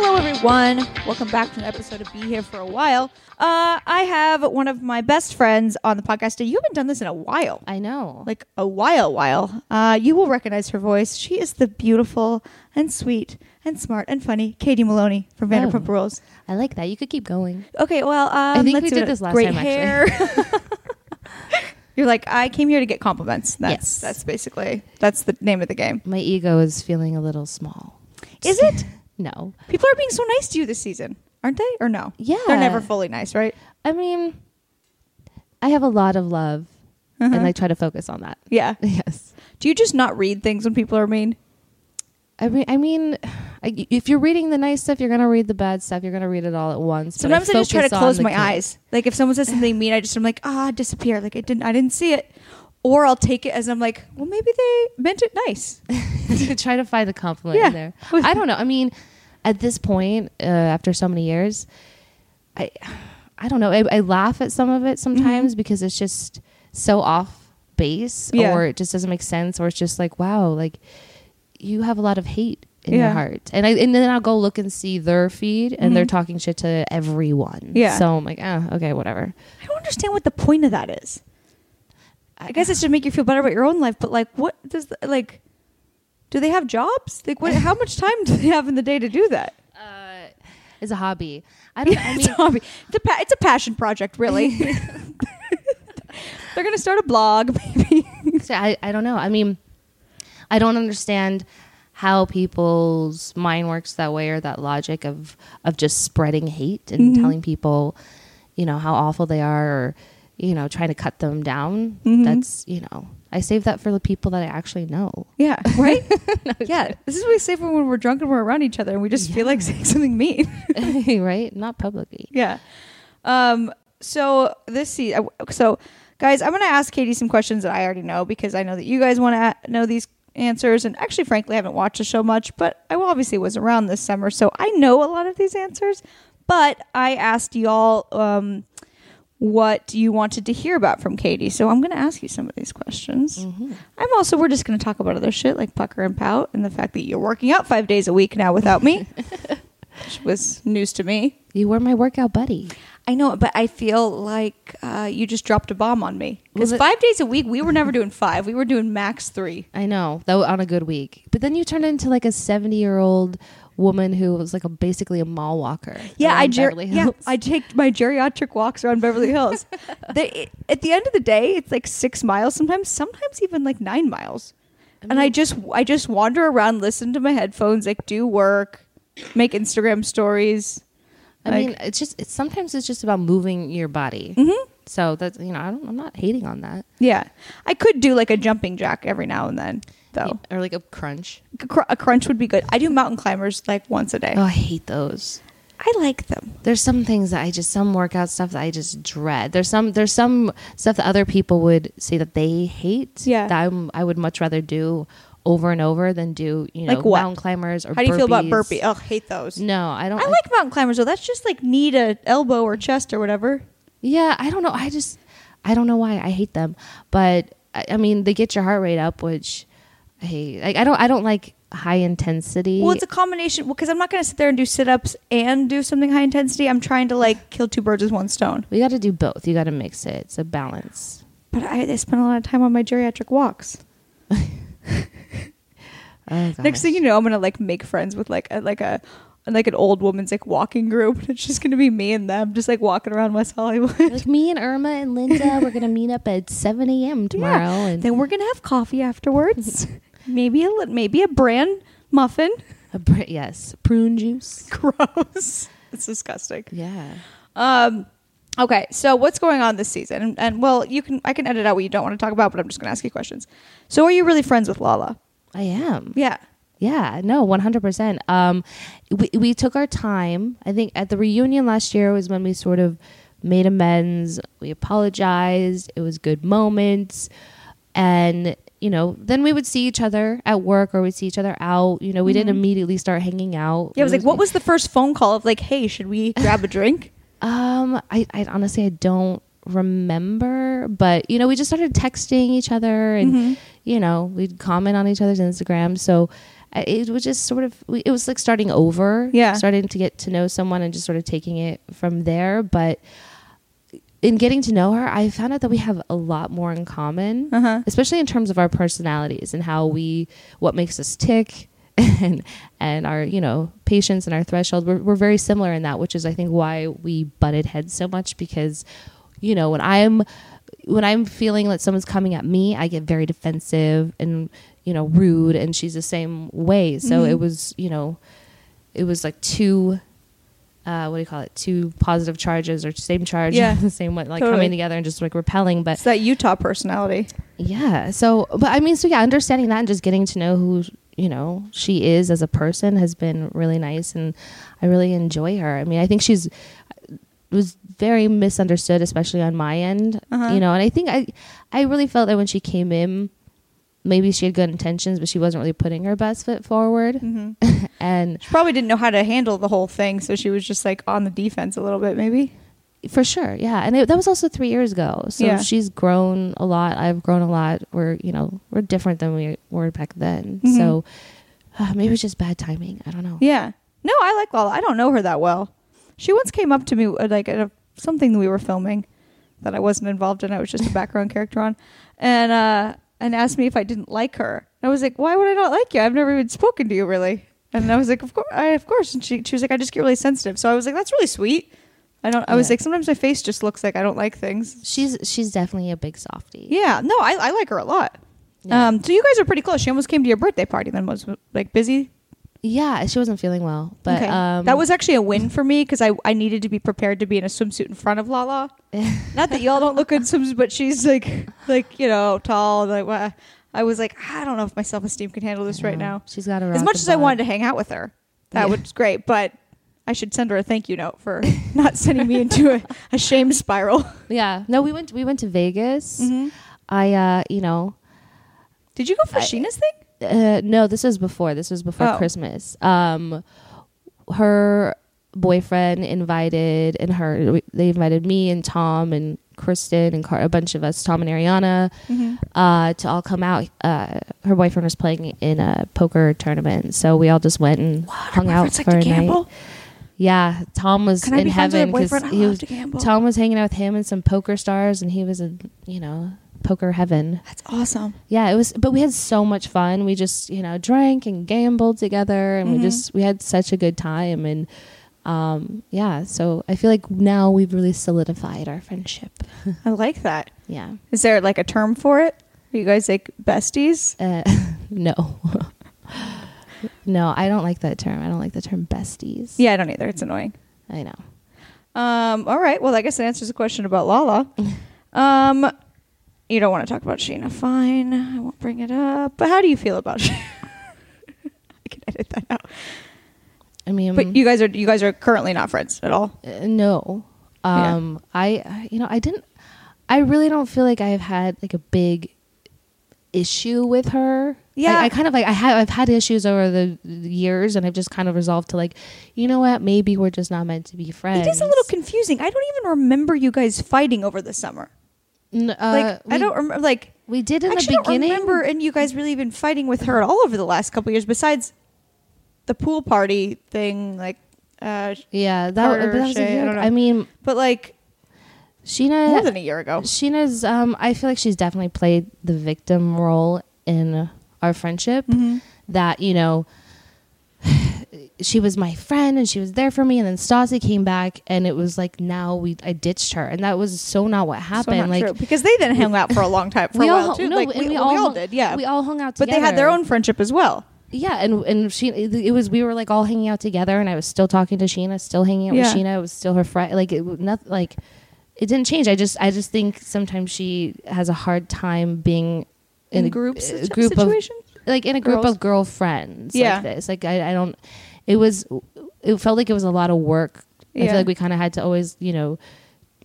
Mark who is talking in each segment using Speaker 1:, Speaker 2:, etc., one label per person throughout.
Speaker 1: everyone. Welcome back to an episode of Be Here for a While. Uh, I have one of my best friends on the podcast. today. You haven't done this in a while,
Speaker 2: I know.
Speaker 1: like a while, while. Uh, you will recognize her voice. She is the beautiful and sweet and smart and funny Katie Maloney from Vanderpump Rules.
Speaker 2: I like that. You could keep going.
Speaker 1: Okay, well, um,
Speaker 2: Oh. think
Speaker 1: let's
Speaker 2: we
Speaker 1: see
Speaker 2: did
Speaker 1: what-
Speaker 2: this last
Speaker 1: great
Speaker 2: time,
Speaker 1: hair.
Speaker 2: actually.
Speaker 1: You're like, I came here to get compliments. That's
Speaker 2: Yes.
Speaker 1: that's basically that's the name of the game.
Speaker 2: My ego is feeling a little small.
Speaker 1: Is it?
Speaker 2: No.
Speaker 1: People are being so nice to you this season, aren't they? Or no?
Speaker 2: Yeah.
Speaker 1: they're never fully nice, right?
Speaker 2: I mean, I have a lot of love and I try to focus on that.
Speaker 1: Uh-huh. Yeah.
Speaker 2: Yes.
Speaker 1: Do you just not read things when people are mean?
Speaker 2: I mean, I mean, I, if you're reading the nice stuff, you're going to read the bad stuff. You're going to read it all at once. but
Speaker 1: Sometimes I, just try to
Speaker 2: focus on
Speaker 1: close
Speaker 2: the
Speaker 1: my
Speaker 2: good.
Speaker 1: eyes. Like if someone says something mean, I just I'm like, ah, disappear. Like I didn't I didn't see it. Or I'll take it as I'm like, well, maybe they meant it nice.
Speaker 2: to try to find the compliment
Speaker 1: Yeah.
Speaker 2: in there. I don't know. I mean, at this point, uh, after so many years, I, I don't know. I, I laugh at some
Speaker 1: Mm-hmm.
Speaker 2: of it sometimes because it's just so off base,
Speaker 1: Yeah.
Speaker 2: or it just doesn't make sense, or it's just like, wow, like you have a lot of hate in
Speaker 1: Yeah.
Speaker 2: your heart, and I and then I'll go look and see their feed, and they're talking shit to everyone.
Speaker 1: Mm-hmm. Yeah.
Speaker 2: So I'm like, ah, okay, whatever.
Speaker 1: I don't understand what the point of that is. I guess it should make you feel better about your own life, but like, what does the, like? Do they have jobs? Like, what? How much time do they have in the day to do that?
Speaker 2: Uh, it's a hobby. I don't. I
Speaker 1: it's a
Speaker 2: mean,
Speaker 1: hobby. It's a, pa- it's a passion project, really. They're gonna start a blog, maybe.
Speaker 2: So I, I don't know. I mean, I don't understand how people's mind works that way or that logic of of just spreading hate and
Speaker 1: Mm-hmm.
Speaker 2: telling people, you know, how awful they are or, you know, trying to cut them down.
Speaker 1: Mm-hmm.
Speaker 2: That's, you know, I save that for the people that I actually know.
Speaker 1: Yeah. Right. yeah. This is what we say for when we're drunk and we're around each other, and we just feel like saying something mean.
Speaker 2: right? Not publicly.
Speaker 1: Yeah. Um. So this season, so guys, I'm gonna ask Katie some questions that I already know because I know that you guys want to know these answers. And actually, frankly, I haven't watched the show much, but I obviously was around this summer, so I know a lot of these answers. But I asked y'all um, what you wanted to hear about from Katie, so I'm gonna ask you some of these questions. I'm also we're just gonna talk about other shit like pucker and pout and the fact that you're working out five days a week now without me, which was news to me.
Speaker 2: You were my workout buddy.
Speaker 1: I know, but I feel like uh, you just dropped a bomb on me. Because
Speaker 2: Well, the-
Speaker 1: five days a week, we were never doing five. We were doing max three.
Speaker 2: I know, though on a good week. But then you turned into like a 70 year old woman who was like a basically a mall walker.
Speaker 1: Yeah, I
Speaker 2: around
Speaker 1: ger-
Speaker 2: Beverly
Speaker 1: yeah,
Speaker 2: Hills.
Speaker 1: I take my geriatric walks around Beverly Hills. they, at the end of the day, it's like six miles sometimes, sometimes even like nine miles. and I just I just wander around, listen to my headphones, like do work, make Instagram stories.
Speaker 2: I
Speaker 1: Like-
Speaker 2: mean, it's just it's sometimes it's just about moving your body. So that's you know I don't, I'm not hating on that
Speaker 1: Yeah, I could do like a jumping jack every now and then, though.
Speaker 2: or like a crunch.
Speaker 1: A cr- A crunch would be good. I do mountain climbers like once a day.
Speaker 2: Oh, I hate those.
Speaker 1: I like them.
Speaker 2: There's some things that I just some workout stuff that I just dread. There's some there's some stuff that other people would say that they hate.
Speaker 1: Yeah.
Speaker 2: that I'm, I would much rather do over and over than do you know
Speaker 1: Like what?
Speaker 2: mountain climbers or
Speaker 1: How do you feel about
Speaker 2: burpees.
Speaker 1: burpee? Oh, hate those.
Speaker 2: No, I don't.
Speaker 1: I like mountain climbers though. That's just like knee to elbow or chest or whatever.
Speaker 2: Yeah, I don't know. I just I don't know why I hate them, but I, I mean they get your heart rate up, which I hate. Like, I don't I don't like high intensity.
Speaker 1: Well, it's a combination because I'm not going to sit there and do sit ups and do something high intensity. I'm trying to like kill two birds with one stone.
Speaker 2: we got to do both. You got to mix it. It's a balance.
Speaker 1: But I, I spend a lot of time on my geriatric walks.
Speaker 2: Oh,
Speaker 1: Next thing you know, I'm going to like make friends with like a, like a like an old woman's like walking group. It's just going to be me and them just like walking around West Hollywood.
Speaker 2: like me and Irma and Linda, we're gonna meet up at seven a.m. tomorrow, and
Speaker 1: then we're going to have coffee afterwards. maybe a li- maybe a bran muffin.
Speaker 2: a br- yes, prune juice.
Speaker 1: Gross. it's disgusting.
Speaker 2: Yeah,
Speaker 1: Um, okay, so what's going on this season? And, and well, you can I can edit out what you don't want to talk about, but I'm just going to ask you questions. So, are you really friends with Lala?
Speaker 2: I am.
Speaker 1: Yeah.
Speaker 2: Yeah, no, one hundred percent. Um, we we took our time. I think at the reunion last year was when we sort of made amends. We apologized. It was good moments, and you know, then we would see each other at work or we'd see each other out. You know, we didn't immediately start hanging out.
Speaker 1: Mm-hmm. Yeah, I was like, what was the first phone call of like, hey, should we grab a drink?
Speaker 2: Um, I, I honestly I don't remember, but you know,
Speaker 1: Mm-hmm.
Speaker 2: we just started texting each other, and you know, we'd comment on each other's Instagram. So I- it was just sort of we- it was like starting over
Speaker 1: Yeah.
Speaker 2: starting to get to know someone and just sort of taking it from there but in getting to know her i found out that we have a lot more in common
Speaker 1: Uh-huh.
Speaker 2: especially in terms of our personalities and how we what makes us tick and and our you know patience and our threshold we're, we're very similar in that which is i think why we butted heads so much because you know when i'm when i'm feeling that someone's coming at me i get very defensive and you know rude and she's the same way so
Speaker 1: Mm-hmm.
Speaker 2: it was you know it was like two uh, what do you call it? Two positive charges or same charge,
Speaker 1: Yeah.
Speaker 2: same one, like
Speaker 1: Totally.
Speaker 2: coming together and just like repelling. But
Speaker 1: It's that Utah personality.
Speaker 2: yeah. So, but I mean, so yeah, understanding that and just getting to know who, you know, she is as a person has been really nice. And I really enjoy her. I mean, I think she's was very misunderstood, especially on my end,
Speaker 1: Uh-huh.
Speaker 2: you know, and I think I, I really felt that when she came in, maybe she had good intentions, but she wasn't really putting her best foot forward.
Speaker 1: Mm-hmm.
Speaker 2: and
Speaker 1: She probably didn't know how to handle the whole thing, so she was just like on the defense a little bit, maybe.
Speaker 2: for sure yeah and it, that was also three years ago so
Speaker 1: Yeah.
Speaker 2: she's grown a lot i've grown a lot we're you know we're different than we were back then
Speaker 1: Mhm.
Speaker 2: so uh, maybe it's just bad timing i don't know
Speaker 1: Yeah. No, I like Lala. I don't know her that well. She once came up to me uh, like at a, something we were filming that I wasn't involved in. I was just a background character on, and uh, and asked me if I didn't like her. And I was like, Why would I not like you? I've never even spoken to you really. And I was like, Of course, I, of course. And she she was like, I just get really sensitive. So I was like, That's really sweet. I don't. I was
Speaker 2: Yeah.
Speaker 1: like, sometimes my face just looks like I don't like things.
Speaker 2: she's she's definitely a big softie
Speaker 1: Yeah. No, I, I like her a lot.
Speaker 2: Yeah.
Speaker 1: Um. So you guys are pretty close. She almost came to your birthday party. Then was like busy
Speaker 2: yeah she wasn't feeling well but
Speaker 1: Okay.
Speaker 2: um
Speaker 1: that was actually a win for me because I, I needed to be prepared to be in a swimsuit in front of Lala. Not that y'all don't look good in swimsuits, but she's like like you know tall. Like wha- I was like I don't know if my self esteem can handle this right
Speaker 2: you know,
Speaker 1: now.
Speaker 2: she's got
Speaker 1: As much as I wanted to hang out with her, that
Speaker 2: Yeah.
Speaker 1: was great. But I should send her a thank you note for not sending me into a, a shame spiral.
Speaker 2: yeah no we went we went to vegas
Speaker 1: Mm-hmm.
Speaker 2: i uh you know
Speaker 1: Did you go for
Speaker 2: Mm-hmm. I-
Speaker 1: Sheena's thing?
Speaker 2: uh, no, this was before. This was before
Speaker 1: Oh.
Speaker 2: Christmas. Um, her boyfriend invited, and her they invited me and Tom and Kristen and Car- a bunch of us, Tom and Ariana,
Speaker 1: Mm-hmm.
Speaker 2: uh, to all come out. Uh, her boyfriend was playing in a poker tournament, so we all just went and hung out
Speaker 1: Boyfriends like
Speaker 2: for
Speaker 1: to
Speaker 2: a night.
Speaker 1: gamble.
Speaker 2: Yeah, Tom was
Speaker 1: Can I
Speaker 2: in
Speaker 1: be friends with a
Speaker 2: heaven
Speaker 1: boyfriend? I
Speaker 2: he
Speaker 1: love
Speaker 2: was,
Speaker 1: to gamble.
Speaker 2: Tom was hanging out with him and some poker stars, and he was in you know poker heaven.
Speaker 1: That's awesome.
Speaker 2: Yeah, it was, but we had so much fun. We just, you know, drank and gambled together, and
Speaker 1: Mm-hmm.
Speaker 2: we just we had such a good time. And um, yeah, so I feel like now we've really solidified our friendship.
Speaker 1: I like that.
Speaker 2: yeah.
Speaker 1: Is there like a term for it? Are you guys like besties?
Speaker 2: Uh, no. no, I don't like that term. I don't like the term besties.
Speaker 1: Yeah, I don't either. It's annoying.
Speaker 2: I know.
Speaker 1: Um, all right. Well, I guess that answers the question about Lala. Um, you don't want to talk about Sheena. Fine. I won't bring it up. But how do you feel about Sheena? I can edit that out.
Speaker 2: I mean,
Speaker 1: But you guys are you guys are currently not friends at all.
Speaker 2: Uh, no
Speaker 1: Yeah.
Speaker 2: um I- i you know i didn't i really don't feel like i've had like a big issue with her
Speaker 1: Yeah.
Speaker 2: i, I kind of like i have i've had issues over the the years and i've just kind of resolved to like you know what maybe we're just not meant to be friends
Speaker 1: It is a little confusing. I don't even remember you guys fighting over the summer.
Speaker 2: N- uh,
Speaker 1: Like
Speaker 2: we,
Speaker 1: I don't remember. Like
Speaker 2: we did in
Speaker 1: actually,
Speaker 2: the
Speaker 1: I don't
Speaker 2: beginning
Speaker 1: remember. And you guys really been fighting with her at all over the last couple years. Besides the pool party thing, like, uh,
Speaker 2: yeah that,
Speaker 1: Carter,
Speaker 2: but that was a
Speaker 1: Shay, I
Speaker 2: year
Speaker 1: don't
Speaker 2: ago.
Speaker 1: know.
Speaker 2: I mean
Speaker 1: but like
Speaker 2: sheena
Speaker 1: more than a year ago.
Speaker 2: Sheena's. Um, I feel like she's definitely played the victim role in our friendship.
Speaker 1: Mm-hmm.
Speaker 2: That you know, she was my friend and she was there for me, and then Stassi came back, and it was like now we I ditched her, and that was so not what happened.
Speaker 1: So not
Speaker 2: like
Speaker 1: true. because they then hung out for a long time for
Speaker 2: we
Speaker 1: a
Speaker 2: all
Speaker 1: while
Speaker 2: hung-
Speaker 1: too.
Speaker 2: no,
Speaker 1: like
Speaker 2: and
Speaker 1: we,
Speaker 2: we
Speaker 1: we
Speaker 2: all
Speaker 1: all,
Speaker 2: hung-
Speaker 1: did, yeah.
Speaker 2: we all hung out
Speaker 1: but they had
Speaker 2: together.
Speaker 1: their own friendship as well.
Speaker 2: Yeah, and and she it was we were like all hanging out together, and I was still talking to Sheena, still hanging out
Speaker 1: Yeah.
Speaker 2: with Sheena. It was still her friend. Like it nothing like it didn't change. I just I just think sometimes she has a hard time being
Speaker 1: In
Speaker 2: a
Speaker 1: group
Speaker 2: a
Speaker 1: situ-
Speaker 2: group
Speaker 1: situation?
Speaker 2: of like in a group
Speaker 1: Girls.
Speaker 2: of girlfriends.
Speaker 1: Yeah.
Speaker 2: like this like I, I don't. It was it felt like it was a lot of work. I
Speaker 1: Yeah.
Speaker 2: feel like we kind of had to always you know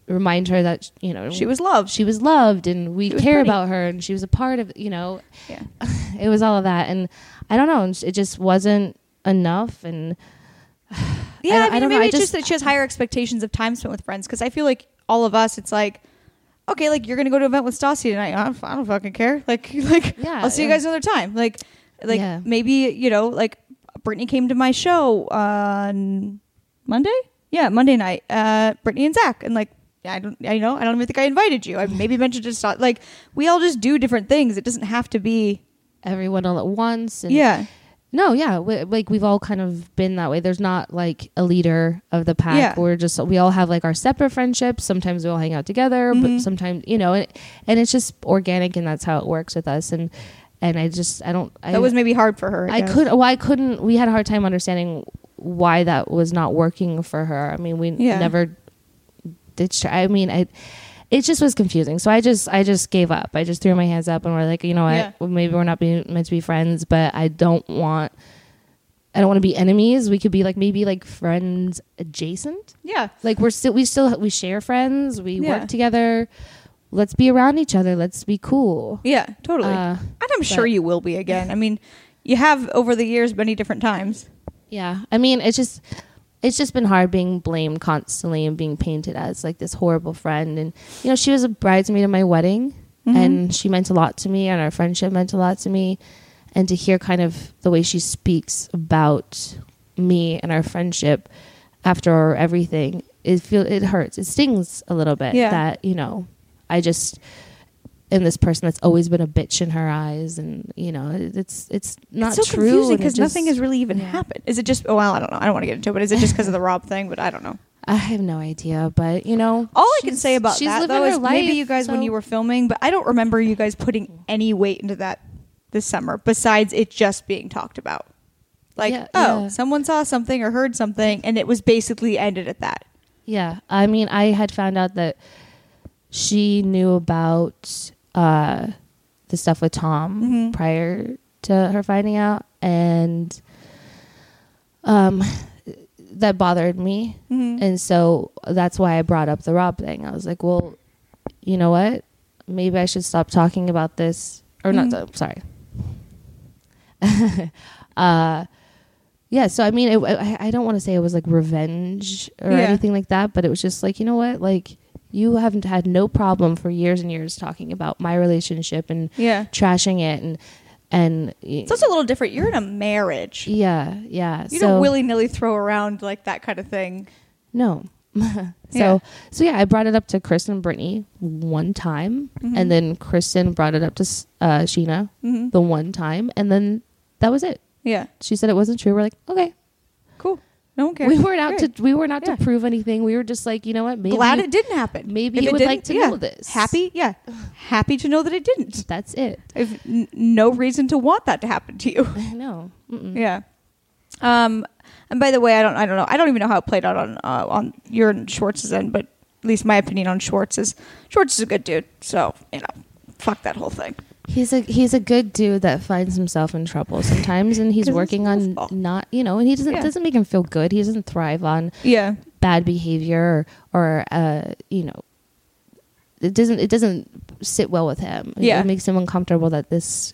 Speaker 2: remind her that you know
Speaker 1: She was loved.
Speaker 2: she was loved and we
Speaker 1: She was
Speaker 2: care
Speaker 1: pretty.
Speaker 2: about her and she was a part of you know
Speaker 1: Yeah.
Speaker 2: it was all of that and i don't know and it just wasn't enough and
Speaker 1: Yeah,
Speaker 2: I
Speaker 1: I,
Speaker 2: don't-
Speaker 1: mean,
Speaker 2: I don't know,
Speaker 1: maybe
Speaker 2: I
Speaker 1: it's just,
Speaker 2: just-
Speaker 1: that she has higher expectations of time spent with friends. Because I feel like all of us, it's like, okay, like you're gonna go to an event with Stassi tonight. I don't, I don't fucking care. Like, like
Speaker 2: Yeah,
Speaker 1: I'll see you
Speaker 2: yeah.
Speaker 1: guys another time. Like, Like
Speaker 2: Yeah.
Speaker 1: maybe you know, like Brittany came to my show on Monday. Yeah, Monday night. Uh, Brittany and Zach, and like I don't, I know, I don't even think I invited you. I maybe meant to just not- like we all just do different things. It doesn't have to be.
Speaker 2: everyone all at once. And
Speaker 1: Yeah,
Speaker 2: No, yeah, we, like we've all kind of been that way. There's not like a leader of the pack.
Speaker 1: Yeah.
Speaker 2: We're just we all have like our separate friendships. Sometimes we all hang out together,
Speaker 1: Mm-hmm.
Speaker 2: but sometimes you know, and, and it's just organic, and that's how it works with us. And and I just I don't I,
Speaker 1: that was maybe hard for her.
Speaker 2: I
Speaker 1: guess.
Speaker 2: could well I couldn't. We had a hard time understanding why that was not working for her. I mean, we
Speaker 1: Yeah.
Speaker 2: never ditched her. I mean, I. It just was confusing, so I just I just gave up. I just threw my hands up and we're like, you know what?
Speaker 1: Yeah.
Speaker 2: Well, Maybe we're not being meant to be friends, but I don't want I don't want to be enemies. We could be like maybe like friends adjacent.
Speaker 1: Yeah,
Speaker 2: Like we're still we still we share friends. We
Speaker 1: Yeah.
Speaker 2: work together. Let's be around each other. Let's be cool.
Speaker 1: yeah, totally.
Speaker 2: Uh,
Speaker 1: and I'm sure you will be again. I mean, you have over the years many different times.
Speaker 2: Yeah. I mean, it's just it's just been hard being blamed constantly and being painted as like this horrible friend and you know, she was a bridesmaid at my wedding
Speaker 1: Mm-hmm.
Speaker 2: and she meant a lot to me and our friendship meant a lot to me and to hear kind of the way she speaks about me and our friendship after everything it feel it hurts it stings a little bit
Speaker 1: Yeah.
Speaker 2: that you know i just am this person that's always been a bitch in her eyes and you know it- it's it's not
Speaker 1: it's so
Speaker 2: true
Speaker 1: confusing
Speaker 2: and it
Speaker 1: because nothing
Speaker 2: just-
Speaker 1: has really even
Speaker 2: yeah.
Speaker 1: happened. Is it just? Oh, well, I don't know. I don't want to get into it. But is it just because of the Rob thing? But I don't know.
Speaker 2: I have no idea, but you know,
Speaker 1: All I can
Speaker 2: she's-
Speaker 1: say about
Speaker 2: she's
Speaker 1: that
Speaker 2: living
Speaker 1: though
Speaker 2: her
Speaker 1: is maybe
Speaker 2: life,
Speaker 1: you guys when
Speaker 2: so-
Speaker 1: you were filming, but I don't remember you guys putting any weight into that this summer besides it just being talked about. Like,
Speaker 2: Yeah,
Speaker 1: oh,
Speaker 2: yeah.
Speaker 1: someone saw something or heard something, and it was basically ended at that.
Speaker 2: Yeah, I mean, I had found out that she knew about uh, the stuff with Tom
Speaker 1: Mm-hmm.
Speaker 2: prior to her finding out, and um, that bothered me,
Speaker 1: Mm-hmm.
Speaker 2: and so that's why I brought up the Rob thing. I was like, well, you know what? Maybe I should stop talking about this, or not.
Speaker 1: Mm-hmm.
Speaker 2: Sorry. uh, yeah. So I mean, it, I, I don't want to say it was like revenge or
Speaker 1: Yeah.
Speaker 2: anything like that, but it was just like you know what, like you haven't had no problem for years and years talking about my relationship and
Speaker 1: Yeah,
Speaker 2: trashing it and and
Speaker 1: it's also a little different. You're in a marriage.
Speaker 2: yeah yeah.
Speaker 1: You
Speaker 2: so,
Speaker 1: don't willy nilly throw around like that kind of thing.
Speaker 2: No. so
Speaker 1: Yeah.
Speaker 2: so yeah, I brought it up to Kristen and Brittany one time,
Speaker 1: Mm-hmm.
Speaker 2: and then Kristen brought it up to S- uh, Sheena
Speaker 1: Mhm.
Speaker 2: the one time, and then that was it.
Speaker 1: Yeah,
Speaker 2: She said it wasn't true. We're like, okay,
Speaker 1: cool. No one cares.
Speaker 2: we weren't out
Speaker 1: Great.
Speaker 2: to we weren't out
Speaker 1: Yeah.
Speaker 2: to prove anything. We were just like, you know what? Maybe
Speaker 1: Glad it didn't happen.
Speaker 2: maybe
Speaker 1: If
Speaker 2: you
Speaker 1: it
Speaker 2: would
Speaker 1: didn't,
Speaker 2: like to
Speaker 1: yeah.
Speaker 2: know this.
Speaker 1: Happy, yeah, happy to know that it didn't.
Speaker 2: That's it.
Speaker 1: I've n- no reason to want that to happen to
Speaker 2: Mm-hmm.
Speaker 1: you.
Speaker 2: no. Mm-mm.
Speaker 1: yeah. Um, and by the way, I don't, I don't know, I don't even know how it played out on uh, on your and Schwartz's end, but at least my opinion on Schwartz is Schwartz is a good dude, so you know, fuck that whole thing.
Speaker 2: He's a he's a good dude that finds himself in trouble sometimes, and
Speaker 1: 'Cause
Speaker 2: he's
Speaker 1: it's
Speaker 2: working on
Speaker 1: awful.
Speaker 2: not you know, and he doesn't
Speaker 1: Yeah.
Speaker 2: doesn't make him feel good. He doesn't thrive on
Speaker 1: Yeah,
Speaker 2: bad behavior or, or uh, you know it doesn't it doesn't sit well with him It-
Speaker 1: Yeah.
Speaker 2: it makes him uncomfortable that this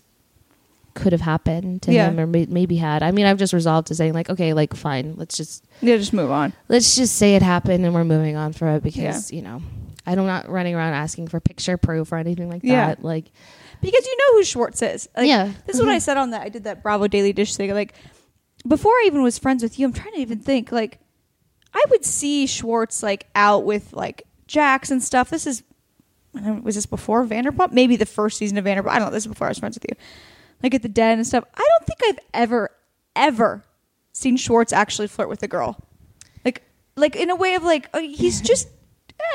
Speaker 2: could have happened to
Speaker 1: Yeah.
Speaker 2: him or may- maybe had i mean i've just resolved to saying like okay like fine let's just
Speaker 1: yeah, just move on.
Speaker 2: let's just say it happened and we're moving on for it because you know i'm not running around asking for picture proof or anything like
Speaker 1: Yeah.
Speaker 2: that like
Speaker 1: because you know who Schwartz is. Like,
Speaker 2: Yeah.
Speaker 1: this is what I said on that. I did that Bravo Daily Dish thing. Like before I even was friends with you, I'm trying to even think. Like I would see Schwartz like out with like Jax and stuff. This is I don't- was this before Vanderpump? Maybe the first season of Vanderpump. I don't know. This is before I was friends with you. Like at the den and stuff. I don't think I've ever ever seen Schwartz actually flirt with a girl. Like like in a way of like oh, he's just.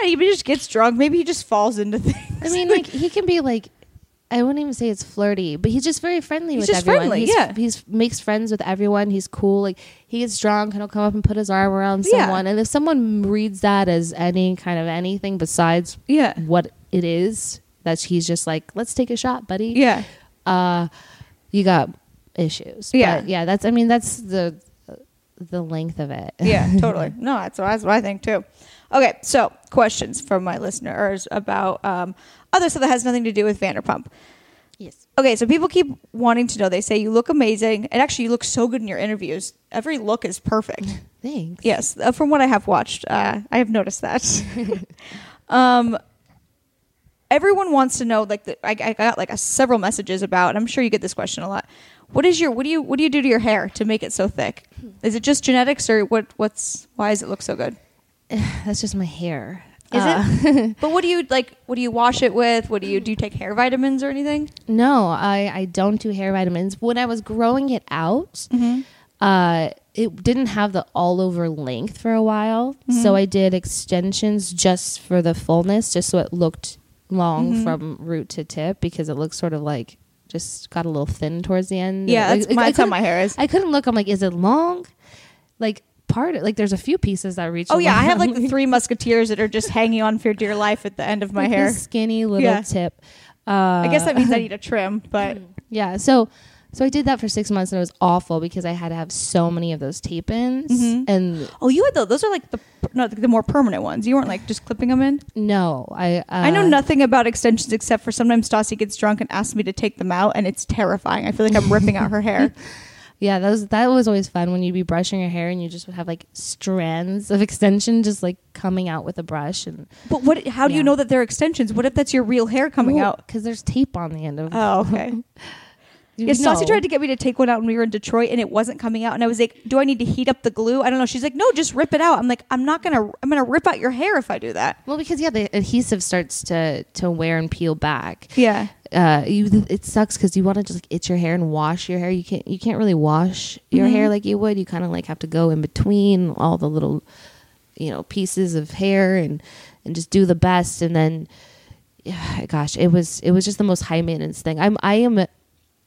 Speaker 1: Yeah, he just gets drunk. Maybe he just falls into things.
Speaker 2: i mean like he can be like I wouldn't even say it's flirty, but he's just very friendly
Speaker 1: He's
Speaker 2: with
Speaker 1: just
Speaker 2: everyone.
Speaker 1: friendly,
Speaker 2: he's,
Speaker 1: yeah.
Speaker 2: he's makes friends with everyone. He's cool. Like he gets drunk and he'll come up and put his arm around
Speaker 1: Yeah.
Speaker 2: someone. And if someone reads that as any kind of anything besides
Speaker 1: Yeah.
Speaker 2: what it is, that he's just like, let's take a shot, buddy.
Speaker 1: yeah.
Speaker 2: Uh, you got issues.
Speaker 1: Yeah.
Speaker 2: But yeah. That's. I mean, that's the the length of it.
Speaker 1: yeah, totally. No, that's what, that's what I think too. Okay, so questions from my listeners about um, other stuff that has nothing to do with Vanderpump.
Speaker 2: yes.
Speaker 1: Okay, so people keep wanting to know. They say you look amazing, and actually, you look so good in your interviews. Every look is perfect.
Speaker 2: Thanks.
Speaker 1: Yes, uh, from what I have watched, uh, I have noticed that. um, everyone wants to know like the, I, I got like a, several messages about and i'm sure you get this question a lot what is your what do you what do you do to your hair to make it so thick is it just genetics or what what's why does it look so good
Speaker 2: That's just my hair.
Speaker 1: is
Speaker 2: Uh,
Speaker 1: it but what do you like what do you wash it with what do you do you take hair vitamins or anything
Speaker 2: No, I, I don't do hair vitamins. When I was growing it out,
Speaker 1: Mm-hmm.
Speaker 2: uh, it didn't have the all over length for a while.
Speaker 1: Mm-hmm.
Speaker 2: So I did extensions just for the fullness, just so it looked long
Speaker 1: Mm-hmm.
Speaker 2: from root to tip because it looks sort of like just got a little thin towards the end.
Speaker 1: Yeah,
Speaker 2: Like,
Speaker 1: that's
Speaker 2: I-
Speaker 1: my-
Speaker 2: I
Speaker 1: that's how
Speaker 2: couldn't-
Speaker 1: my hair is.
Speaker 2: I couldn't look. I'm like, is it long? Like part like there's a few pieces that reach.
Speaker 1: oh yeah i have
Speaker 2: along.
Speaker 1: like the three musketeers that are just hanging on for dear life at the end of my
Speaker 2: Like,
Speaker 1: hair
Speaker 2: this skinny little
Speaker 1: Yeah.
Speaker 2: tip. Uh,
Speaker 1: i guess that means i need a trim but
Speaker 2: Yeah. So so I did that for six months and it was awful because I had to have so many of those tape ins and
Speaker 1: oh you had those those are like the no the more permanent ones you weren't like just clipping them in
Speaker 2: no, I uh,
Speaker 1: I know nothing about extensions except for sometimes Stassi gets drunk and asks me to take them out, and it's terrifying. I feel like I'm ripping out her hair.
Speaker 2: Yeah, that was that was always fun when you'd be brushing your hair and you just would have like strands of extension just like coming out with a brush and
Speaker 1: But what? How do you
Speaker 2: Yeah.
Speaker 1: know that they're extensions? What if that's your real hair coming out?
Speaker 2: because there's tape on the end of.
Speaker 1: Oh, okay.
Speaker 2: You
Speaker 1: Yeah, Stassi
Speaker 2: know.
Speaker 1: tried to get me to take one out when we were in Detroit, and it wasn't coming out. And I was like, "Do I need to heat up the glue?" I don't know. She's like, "No, just rip it out." I'm like, "I'm not gonna. I'm gonna rip out your hair if I do that."
Speaker 2: Well, because yeah, the adhesive starts to to wear and peel back.
Speaker 1: Yeah.
Speaker 2: uh, you it sucks because you want to just like itch your hair and wash your hair. You can't you can't really wash your hair
Speaker 1: Mm-hmm.
Speaker 2: like you would. You kind of like have to go in between all the little you know pieces of hair and and just do the best. And then yeah, gosh, it was it was just the most high maintenance thing. I'm I am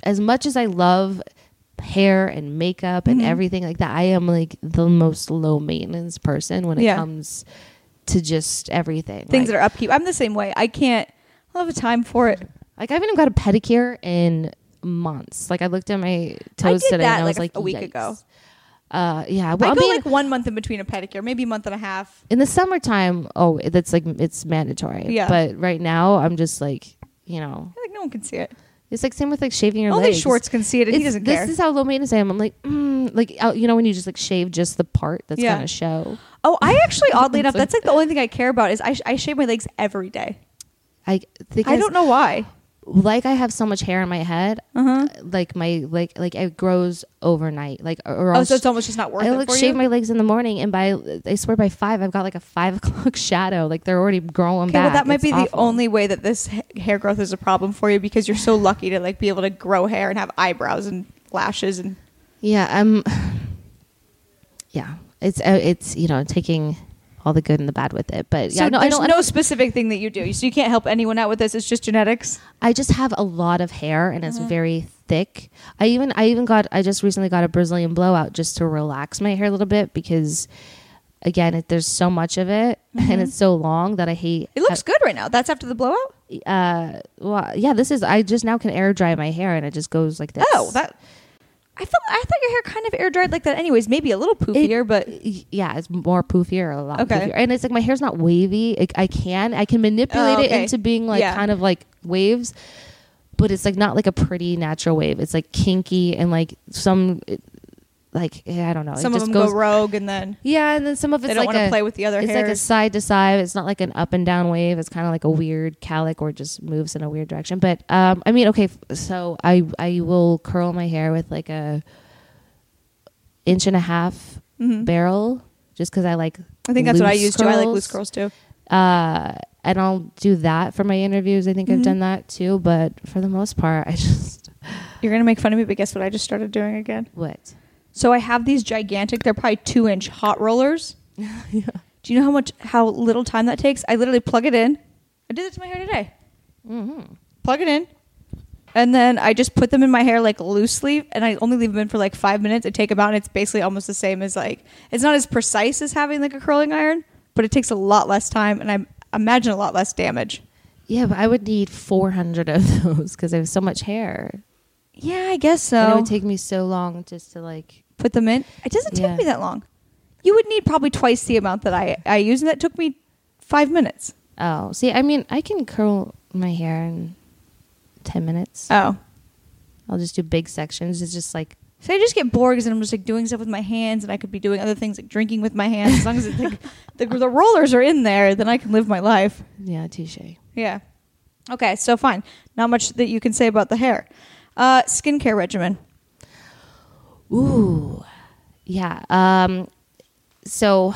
Speaker 2: as much as I love hair and makeup
Speaker 1: Mm-hmm.
Speaker 2: and everything like that. I am like the most low maintenance person when it
Speaker 1: Yeah.
Speaker 2: comes to just everything.
Speaker 1: Things
Speaker 2: Like-
Speaker 1: that are upkeep. I'm the same way. I can't. I don't have a time for it.
Speaker 2: like I haven't even got a pedicure in months. Like I looked at my toes
Speaker 1: did
Speaker 2: today
Speaker 1: that,
Speaker 2: and I was
Speaker 1: like,
Speaker 2: like
Speaker 1: a week
Speaker 2: yikes.
Speaker 1: ago.
Speaker 2: Uh, yeah, well, I
Speaker 1: I go
Speaker 2: mean,
Speaker 1: like one month in between a pedicure, maybe a month and a half.
Speaker 2: in the summertime, oh, that's like it's mandatory.
Speaker 1: Yeah.
Speaker 2: but right now I'm just like you know,
Speaker 1: I feel like no one can see it.
Speaker 2: it's like same with like shaving your
Speaker 1: Only
Speaker 2: legs.
Speaker 1: Schwartz can see it, and he
Speaker 2: It's-
Speaker 1: doesn't
Speaker 2: this
Speaker 1: care.
Speaker 2: is how low maintenance I am. I'm like, mm, like uh, you know when you just like shave just the part that's
Speaker 1: Yeah.
Speaker 2: gonna show.
Speaker 1: Oh, I actually, oddly enough,
Speaker 2: It's like-
Speaker 1: that's like the only thing I care about is I, sh- I shave my legs every day.
Speaker 2: I think
Speaker 1: I don't know why.
Speaker 2: like I have so much hair in my head,
Speaker 1: Uh-huh.
Speaker 2: like my like like it grows overnight. Like or
Speaker 1: Oh,
Speaker 2: I'll
Speaker 1: so it's
Speaker 2: sh-
Speaker 1: almost just not worth
Speaker 2: I
Speaker 1: it
Speaker 2: like
Speaker 1: for
Speaker 2: shave
Speaker 1: you?
Speaker 2: my legs in the morning, and by I swear by five, I've got like a five o'clock shadow. Like they're already growing
Speaker 1: Okay,
Speaker 2: back.
Speaker 1: well, that might
Speaker 2: It's
Speaker 1: be the
Speaker 2: awful.
Speaker 1: only way that this ha- hair growth is a problem for you because you're so lucky to like be able to grow hair and have eyebrows and lashes and
Speaker 2: Yeah, I'm. Yeah, it's uh, it's you know taking all the good and the bad with it, but yeah,
Speaker 1: so
Speaker 2: no, I
Speaker 1: there's
Speaker 2: don't. I
Speaker 1: no
Speaker 2: don't-
Speaker 1: specific thing that you do. So you can't help anyone out with this. It's just genetics.
Speaker 2: I just have a lot of hair, and
Speaker 1: Uh-huh.
Speaker 2: it's very thick. I even I even got I just recently got a Brazilian blowout just to relax my hair a little bit because. Again, it, there's so much of it, and it's so long that I hate.
Speaker 1: Mm-hmm. It looks good right now. That's after the blowout.
Speaker 2: uh well yeah this is i just now can air dry my hair and it just goes like this
Speaker 1: Oh, that. I felt I thought your hair kind of air dried like that. Anyways, maybe a little
Speaker 2: It-
Speaker 1: poofier, but
Speaker 2: y- yeah it's more poofier a lot
Speaker 1: Okay.
Speaker 2: poofier. and it's like my hair's not wavy Like i can i can manipulate
Speaker 1: Oh,
Speaker 2: it
Speaker 1: okay.
Speaker 2: into being like
Speaker 1: Yeah.
Speaker 2: kind of like waves but it's like not like a pretty natural wave it's like kinky and like some it- like yeah, i don't know
Speaker 1: some
Speaker 2: it
Speaker 1: of
Speaker 2: just
Speaker 1: them
Speaker 2: goes
Speaker 1: go rogue and then
Speaker 2: yeah and then some of it's
Speaker 1: they don't
Speaker 2: like
Speaker 1: want to
Speaker 2: a
Speaker 1: play with the other
Speaker 2: it's
Speaker 1: hairs.
Speaker 2: like a side to side. It's not like an up and down wave. It's kind of like a weird calic or just moves in a weird direction. But um, I mean, okay, f- so I I will curl my hair with like a inch and a half
Speaker 1: Mhm.
Speaker 2: barrel, just because I like.
Speaker 1: I think that's what I
Speaker 2: loose
Speaker 1: used to. I like loose curls too.
Speaker 2: Uh, and I'll do that for my interviews. I think I've
Speaker 1: Mhm.
Speaker 2: done that too. But for the most part, I just
Speaker 1: You're gonna make fun of me, but guess what? I just started doing again.
Speaker 2: what
Speaker 1: So I have these gigantic. They're probably two inch hot rollers. Do you know how much how little time that takes? I literally plug it in. I did it to my hair today.
Speaker 2: Mhm.
Speaker 1: Plug it in, and then I just put them in my hair like loosely, and I only leave them in for like five minutes. I take them out, and it's basically almost the same as like it's not as precise as having like a curling iron, but it takes a lot less time, and I imagine a lot less damage.
Speaker 2: Yeah, but I would need four hundred of those because I have so much hair.
Speaker 1: Yeah, I guess so.
Speaker 2: And it would take me so long just to like
Speaker 1: put them in. It doesn't take
Speaker 2: Yeah.
Speaker 1: me that long. You would need probably twice the amount that I, I use, and that took me five minutes.
Speaker 2: Oh, see, I mean, I can curl my hair in 10 minutes.
Speaker 1: Oh.
Speaker 2: I'll just do big sections. It's just like,
Speaker 1: So I just get bored because I'm just like doing stuff with my hands, and I could be doing other things like drinking with my hands. As long as it's like the, the rollers are in there, then I can live my life.
Speaker 2: yeah, touche.
Speaker 1: Yeah. Okay, so fine. Not much that you can say about the hair. Uh, skincare regimen.
Speaker 2: Ooh. Yeah. Um so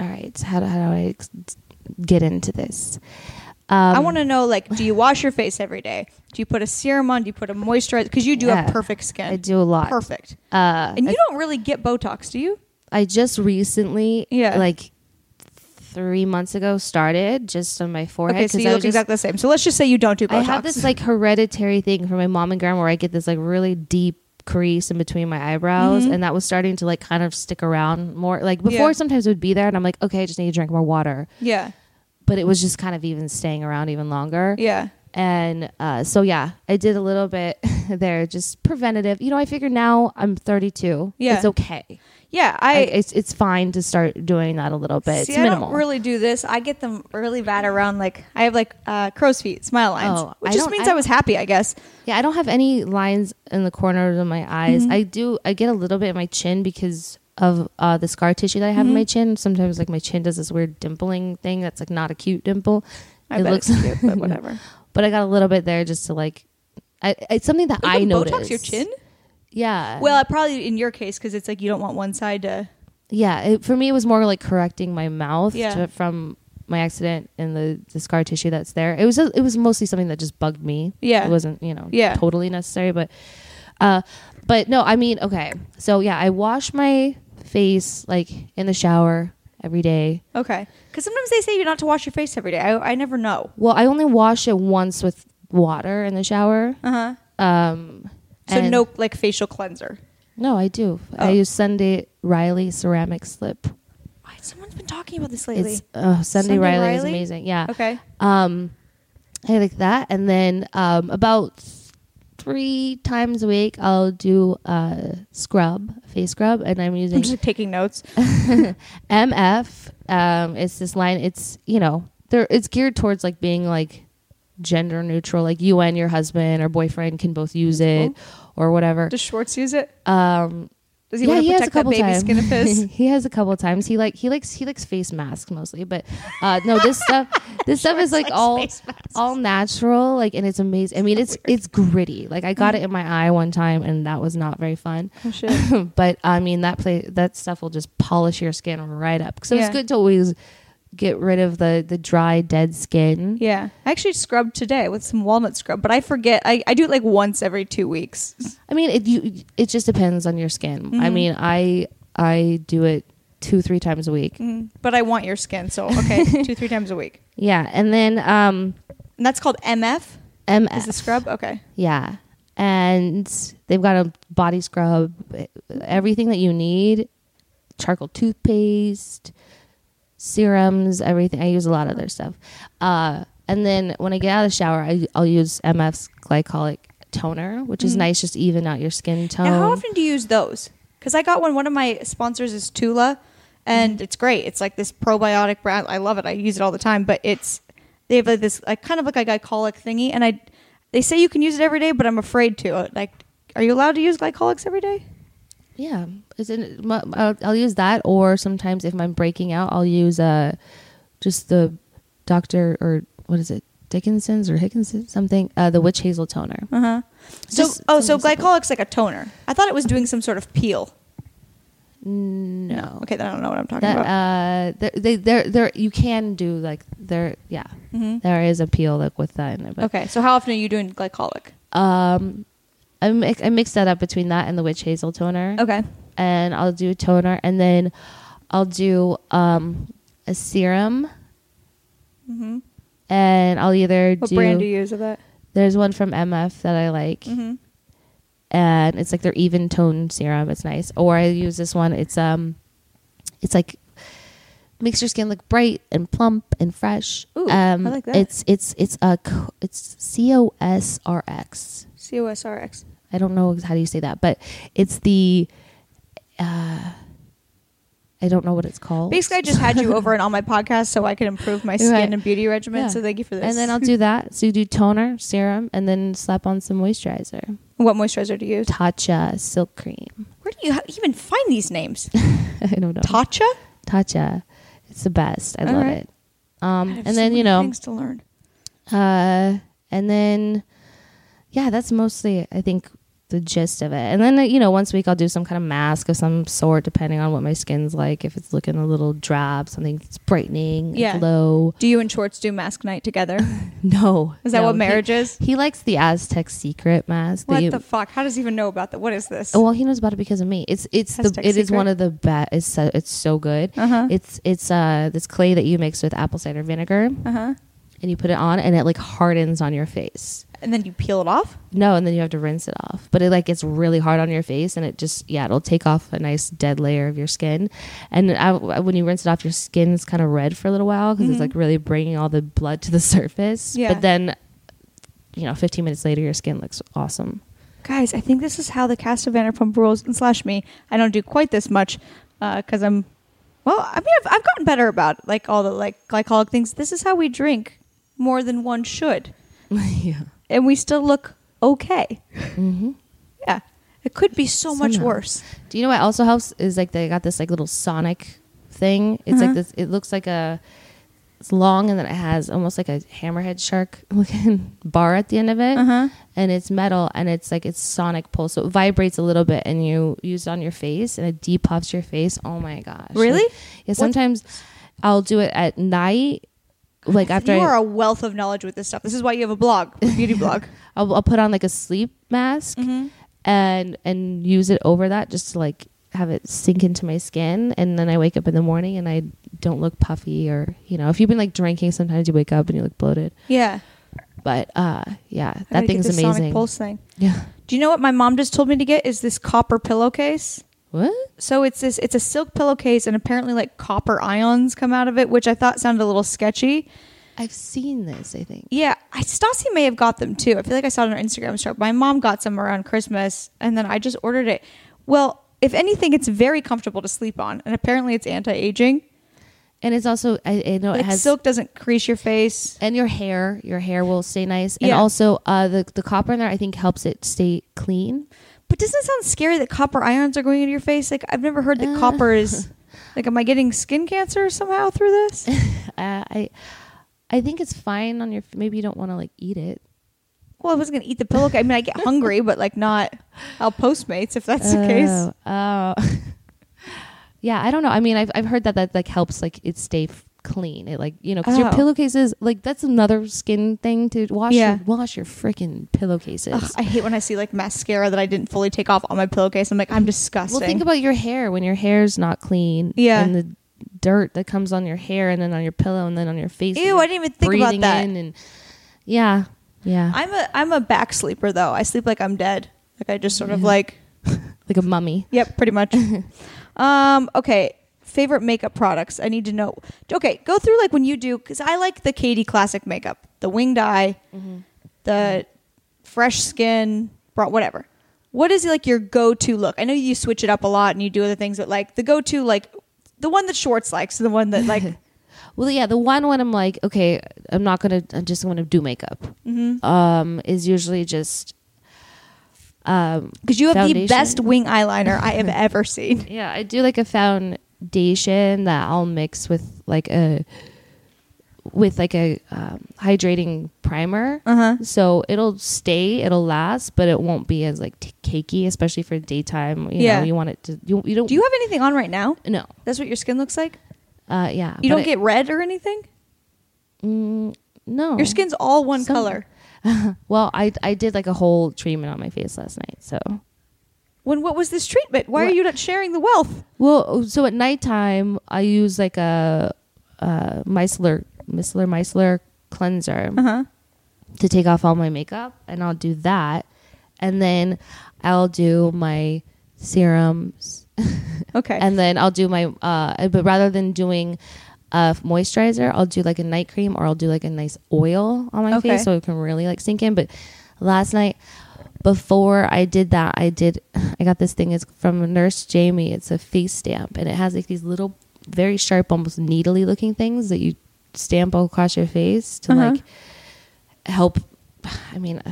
Speaker 2: all right, so how do, how do I ex- get into this? Um,
Speaker 1: I want to know, like, do you wash your face every day? Do you put a serum on? Do you put a moisturizer? Because you do
Speaker 2: Yeah,
Speaker 1: have perfect skin.
Speaker 2: I do a lot.
Speaker 1: Perfect.
Speaker 2: Uh,
Speaker 1: And
Speaker 2: I,
Speaker 1: you don't really get Botox, do you?
Speaker 2: I just recently,
Speaker 1: Yeah.
Speaker 2: like three months ago, started just on my forehead.
Speaker 1: Okay, so
Speaker 2: 'cause
Speaker 1: you
Speaker 2: I
Speaker 1: look
Speaker 2: was just-
Speaker 1: exactly the same. So let's just say you don't do Botox.
Speaker 2: I have this like hereditary thing from my mom and grandma where I get this like really deep crease in between my eyebrows and that was starting to like kind of stick around more like before
Speaker 1: Mm-hmm. Yeah.
Speaker 2: sometimes it would be there and I'm like okay I just need to drink more water
Speaker 1: yeah,
Speaker 2: but it was just kind of even staying around even longer
Speaker 1: yeah.
Speaker 2: and uh, so yeah I did a little bit there just preventative you know I figure now I'm 32
Speaker 1: Yeah.
Speaker 2: it's okay
Speaker 1: Yeah,
Speaker 2: I,
Speaker 1: I,
Speaker 2: it's, it's fine to start doing that a little bit
Speaker 1: see.
Speaker 2: it's
Speaker 1: I
Speaker 2: minimal
Speaker 1: don't really do this. I get them really bad around like I have like uh, crow's feet, smile lines,
Speaker 2: Oh,
Speaker 1: which
Speaker 2: I
Speaker 1: just
Speaker 2: don't-
Speaker 1: means
Speaker 2: I
Speaker 1: I, was happy, I guess.
Speaker 2: Yeah, I don't have any lines in the corners of my eyes.
Speaker 1: Mm-hmm.
Speaker 2: I do. I get a little bit in my chin because of uh, the scar tissue that I have in my
Speaker 1: Mm-hmm.
Speaker 2: chin. Sometimes, like my chin does this weird dimpling thing that's like not a cute dimple.
Speaker 1: I bet it's cute, but whatever.
Speaker 2: but I got a little bit there just to like. I, it's something that
Speaker 1: You
Speaker 2: I
Speaker 1: can
Speaker 2: noticed.
Speaker 1: Botox your chin.
Speaker 2: Yeah.
Speaker 1: Well, probably in your case because it's like you don't want one side to.
Speaker 2: yeah. It, for me, it was more like correcting my mouth
Speaker 1: Yeah.
Speaker 2: to, from my accident and the, the scar tissue that's there. It was a, it was mostly something that just bugged me.
Speaker 1: Yeah.
Speaker 2: It wasn't you know
Speaker 1: Yeah.
Speaker 2: totally necessary, but uh, but no, I mean okay. So yeah, I wash my face like in the shower every day.
Speaker 1: Okay, because sometimes they say you not to wash your face every day. I, I never know.
Speaker 2: Well, I only wash it once with water in the shower.
Speaker 1: Uh huh.
Speaker 2: Um,
Speaker 1: So
Speaker 2: Uh-huh. and-
Speaker 1: no like facial cleanser.
Speaker 2: no, I do. I
Speaker 1: Oh.
Speaker 2: use Sunday Riley ceramic slip.
Speaker 1: Why, someone's been talking about this lately.
Speaker 2: It's uh, oh, Sunday,
Speaker 1: Sunday
Speaker 2: Riley, is
Speaker 1: Riley?
Speaker 2: amazing. Yeah.
Speaker 1: okay.
Speaker 2: Um, I like that, and then um, about three times a week, I'll do a scrub, a face scrub, and I'm
Speaker 1: I'm
Speaker 2: using
Speaker 1: just like, taking notes.
Speaker 2: MF. Um, it's this line. It's you know, there. It's geared towards like being like gender neutral. Like you and your husband or boyfriend can both use it or whatever.
Speaker 1: Does Schwartz use it?
Speaker 2: Um,
Speaker 1: Does he want to protect that baby skin of his?
Speaker 2: he has a couple times. He like he likes he likes face masks mostly, but uh, no, this stuff this stuff is
Speaker 1: Schwartz
Speaker 2: like
Speaker 1: likes
Speaker 2: all
Speaker 1: face masks.
Speaker 2: all natural, like and it's amazing. I mean, it's it's gritty. Like I
Speaker 1: Mm.
Speaker 2: got it in my eye one time, and that was not very fun.
Speaker 1: Oh, shit.
Speaker 2: but I mean, that play that stuff will just polish your skin right up. So
Speaker 1: Yeah.
Speaker 2: it's good to always get rid of the the dry dead skin.
Speaker 1: Yeah. I actually scrubbed today with some walnut scrub, but I forget. I, I do it like once every two weeks.
Speaker 2: I mean, it you it just depends on your skin.
Speaker 1: Mm-hmm.
Speaker 2: I mean, I I do it two three times a
Speaker 1: Mm.
Speaker 2: week.
Speaker 1: But I want your skin, so okay, two, three times a week.
Speaker 2: Yeah, and then um,
Speaker 1: And that's called MF?
Speaker 2: MF.
Speaker 1: Is the scrub? Okay.
Speaker 2: Yeah, and they've got a body scrub, everything that you need, charcoal toothpaste, serums, everything. I use a lot of their stuff. Uh, and then when I get out of the shower, I, I'll use MF's glycolic toner, which is nice, just even out your skin tone.
Speaker 1: Now, Mm-hmm. how often do you use those? Because I got one. One of my sponsors is Tula, and
Speaker 2: Mm-hmm.
Speaker 1: it's great. It's like this probiotic brand. I love it. I use it all the time. But it's they have like this like kind of like a glycolic thingy, and I they say you can use it every day, but I'm afraid to. Uh, Like, are you allowed to use glycolics every day?
Speaker 2: Yeah, it's in, my- I'll, uh, I'll use that, or sometimes if I'm breaking out, I'll use uh, just the Doctor or what is it, Dickinson's or Hickinson something, uh, the witch hazel toner.
Speaker 1: Uh huh. So
Speaker 2: Uh-huh. Just
Speaker 1: oh, so
Speaker 2: something simple.
Speaker 1: glycolic's like a toner. I thought it was doing some sort of peel.
Speaker 2: No,
Speaker 1: Okay, then I don't know what I'm talking
Speaker 2: that
Speaker 1: about.
Speaker 2: uh, there- they there there you can do like there yeah
Speaker 1: Mhm.
Speaker 2: there is a peel like with that in it. But,
Speaker 1: okay, so how often are you doing glycolic?
Speaker 2: um, I mix, I mix that up between that and the witch hazel toner.
Speaker 1: Okay.
Speaker 2: and I'll do a toner, and then I'll do um a serum.
Speaker 1: Mm-hmm.
Speaker 2: and I'll either
Speaker 1: What
Speaker 2: do,
Speaker 1: brand do you use of that?
Speaker 2: there's one from MF that I like
Speaker 1: Mm-hmm.
Speaker 2: and it's like their even tone serum it's nice or I use this one it's um it's like makes your skin look bright and plump and fresh
Speaker 1: Ooh,
Speaker 2: um
Speaker 1: I like that.
Speaker 2: it's it's it's a co- it's C O S R X
Speaker 1: C O S R X.
Speaker 2: I don't know how do you say that but it's the uh I don't know what it's called
Speaker 1: Basically, I just had you over and on my podcast so I could improve my skin
Speaker 2: Right.
Speaker 1: and beauty regimen.
Speaker 2: Yeah.
Speaker 1: So thank you for this.
Speaker 2: and then I'll do that so you do toner serum and then slap on some moisturizer
Speaker 1: what moisturizer do you use?
Speaker 2: Tatcha silk cream.
Speaker 1: Where do you ha- even find these names?
Speaker 2: I don't know.
Speaker 1: Tatcha.
Speaker 2: Tatcha. It's the best. I
Speaker 1: All
Speaker 2: love
Speaker 1: right.
Speaker 2: it. Um,
Speaker 1: I have so
Speaker 2: and then,
Speaker 1: many
Speaker 2: you know,
Speaker 1: things to learn.
Speaker 2: Uh, and then, yeah, that's mostly, I think, the gist of it. And then, uh, you know, once a week I'll do some kind of mask of some sort, depending on what my skin's like. If it's looking a little drab, something that's brightening,
Speaker 1: Yeah.
Speaker 2: yeah. glow.
Speaker 1: Do you and Schwartz do mask night together?
Speaker 2: No.
Speaker 1: Is that
Speaker 2: no,
Speaker 1: what
Speaker 2: he-
Speaker 1: marriage is?
Speaker 2: He, likes the Aztec secret mask. that
Speaker 1: What
Speaker 2: you-
Speaker 1: the fuck? How does he even know about that? What is this?
Speaker 2: Oh, well, he knows about it because of me. It's it's the,
Speaker 1: Aztec
Speaker 2: it is
Speaker 1: secret.
Speaker 2: one of the best. It's so, it's so good.
Speaker 1: Uh-huh.
Speaker 2: It's it's uh this clay that you mix with apple cider vinegar,
Speaker 1: Uh huh.
Speaker 2: and you put it on, and it like hardens on your face.
Speaker 1: And then you peel it off.
Speaker 2: No, and then you have to rinse it off. But it like gets really hard on your face, and it just yeah, it'll take off a nice dead layer of your skin. And I, when you rinse it off, your skin's kind of red for a little while because it's like really bringing all the blood to the surface.
Speaker 1: Yeah.
Speaker 2: But then, you know, 15 minutes later, your skin looks awesome.
Speaker 1: Guys, I think this is how the cast of Vanderpump Rules and slash me. I don't do quite this much because I'm. Well, I mean, I've, I've gotten better about like all the like glycolic things. This is how we drink more than one should,
Speaker 2: yeah.
Speaker 1: and we still look okay.
Speaker 2: hmm
Speaker 1: Yeah, it could be so much
Speaker 2: Somehow.
Speaker 1: worse.
Speaker 2: Do you know what also helps is like they got this like little sonic thing. It's
Speaker 1: Uh-huh.
Speaker 2: like this. It looks like a. It's long and then it has almost like a hammerhead shark looking bar at the end of it,
Speaker 1: Uh-huh.
Speaker 2: and it's metal and it's like it's sonic pulse, so it vibrates a little bit and you use it on your face and it depuffs your face. Oh my gosh!
Speaker 1: Really?
Speaker 2: Like, yeah. Sometimes I'll do it at night, like after
Speaker 1: you
Speaker 2: I,
Speaker 1: are a wealth of knowledge with this stuff. This is why you have a blog, a beauty blog. Mm-hmm.
Speaker 2: I'll, I'll put on like a sleep mask and and use it over that just to like have it sink into my skin and then I wake up in the morning and I don't look puffy or you know if you've been like drinking sometimes you wake up and you look bloated
Speaker 1: Yeah,
Speaker 2: but uh yeah
Speaker 1: I gotta
Speaker 2: that
Speaker 1: get
Speaker 2: thing's
Speaker 1: this Sonic
Speaker 2: amazing
Speaker 1: Pulse thing.
Speaker 2: yeah
Speaker 1: Do you know what my mom just told me to get? Is this copper pillowcase?
Speaker 2: what
Speaker 1: So it's this it's a silk pillowcase and apparently like copper ions come out of it, which I thought sounded a little sketchy.
Speaker 2: I've seen this I think
Speaker 1: Yeah, I Stassi may have got them too. I feel like I saw it on her Instagram story. My mom got some around Christmas and then I just ordered it. Well, if anything, it's very comfortable to sleep on, and apparently it's anti-aging.
Speaker 2: and it's also I, I know
Speaker 1: Like
Speaker 2: it has
Speaker 1: silk doesn't crease your face.
Speaker 2: and your hair your hair will stay nice and
Speaker 1: Yeah.
Speaker 2: also uh the the copper in there I think helps it stay clean
Speaker 1: But doesn't it sound scary that copper ions are going into your face? Like I've never heard that
Speaker 2: Uh.
Speaker 1: copper is like am I getting skin cancer somehow through this?
Speaker 2: uh, I I think it's fine on your maybe you don't want to like eat it
Speaker 1: Well, I wasn't gonna eat the pillowcase. I mean, I get hungry, but like not. I'll Postmates if that's the case.
Speaker 2: Oh, oh. yeah, I don't know. I mean, I've I've heard that that like helps like it stay f- clean. It like you know 'cause
Speaker 1: Oh.
Speaker 2: your pillowcases like that's another skin thing to wash
Speaker 1: Yeah.
Speaker 2: your, wash your freaking pillowcases.
Speaker 1: Ugh, I hate when I see like mascara that I didn't fully take off on my pillowcase. I'm like, I'm disgusting.
Speaker 2: well, think about your hair when your hair's not clean.
Speaker 1: Yeah.
Speaker 2: and the dirt that comes on your hair and then on your pillow and then on your face. and
Speaker 1: Ew,
Speaker 2: you're
Speaker 1: I didn't even think about
Speaker 2: breathing
Speaker 1: that.
Speaker 2: in and yeah, yeah,
Speaker 1: I'm a I'm a back sleeper though. I sleep like I'm dead. Like I just sort of
Speaker 2: Yeah.
Speaker 1: like,
Speaker 2: like a mummy.
Speaker 1: yep, pretty much. um, okay. Favorite makeup products? I need to know. Okay, go through like when you do because I like the Katie classic makeup, the winged eye,
Speaker 2: Mm-hmm.
Speaker 1: the fresh skin, bra- whatever. What is like your go-to look? I know you switch it up a lot and you do other things, but like the go-to, like the one that Schwartz likes, the one that like
Speaker 2: Well, yeah, the one when I'm like, okay, I'm not gonna, I'm just gonna do makeup.
Speaker 1: Mm-hmm.
Speaker 2: Um, is usually just, um,
Speaker 1: because you have the
Speaker 2: Foundation.
Speaker 1: best wing eyeliner I have ever seen.
Speaker 2: yeah, I do like a foundation that I'll mix with like a, with like a um, hydrating primer.
Speaker 1: Uh huh.
Speaker 2: So it'll stay, it'll last, but it won't be as like t- cakey, especially for daytime. You
Speaker 1: Yeah.
Speaker 2: know, you want it to, you, you don't,
Speaker 1: Do you have anything on right now?
Speaker 2: no,
Speaker 1: That's what your skin looks like.
Speaker 2: uh, yeah,
Speaker 1: You
Speaker 2: but
Speaker 1: don't
Speaker 2: it-
Speaker 1: get red or anything.
Speaker 2: mm, no,
Speaker 1: Your skin's all one
Speaker 2: Some-
Speaker 1: color.
Speaker 2: Well, I I did like a whole treatment on my face last night, so.
Speaker 1: When what was this treatment? Why are
Speaker 2: What?
Speaker 1: you not sharing the wealth?
Speaker 2: Well, so at nighttime, I use like a uh, micellar micellar micellar cleanser
Speaker 1: Uh huh.
Speaker 2: to take off all my makeup, and I'll do that, and then I'll do my serums,
Speaker 1: Okay.
Speaker 2: and then I'll do my. Uh, but rather than doing a moisturizer, I'll do like a night cream, or I'll do like a nice oil on my
Speaker 1: Okay.
Speaker 2: face, so it can really like sink in. But last night. Before I did that, I did. I got this thing. It's from Nurse Jamie. It's a face stamp, and it has like these little, very sharp, almost needly looking things that you stamp all across your face to
Speaker 1: Uh-huh.
Speaker 2: like help. I mean,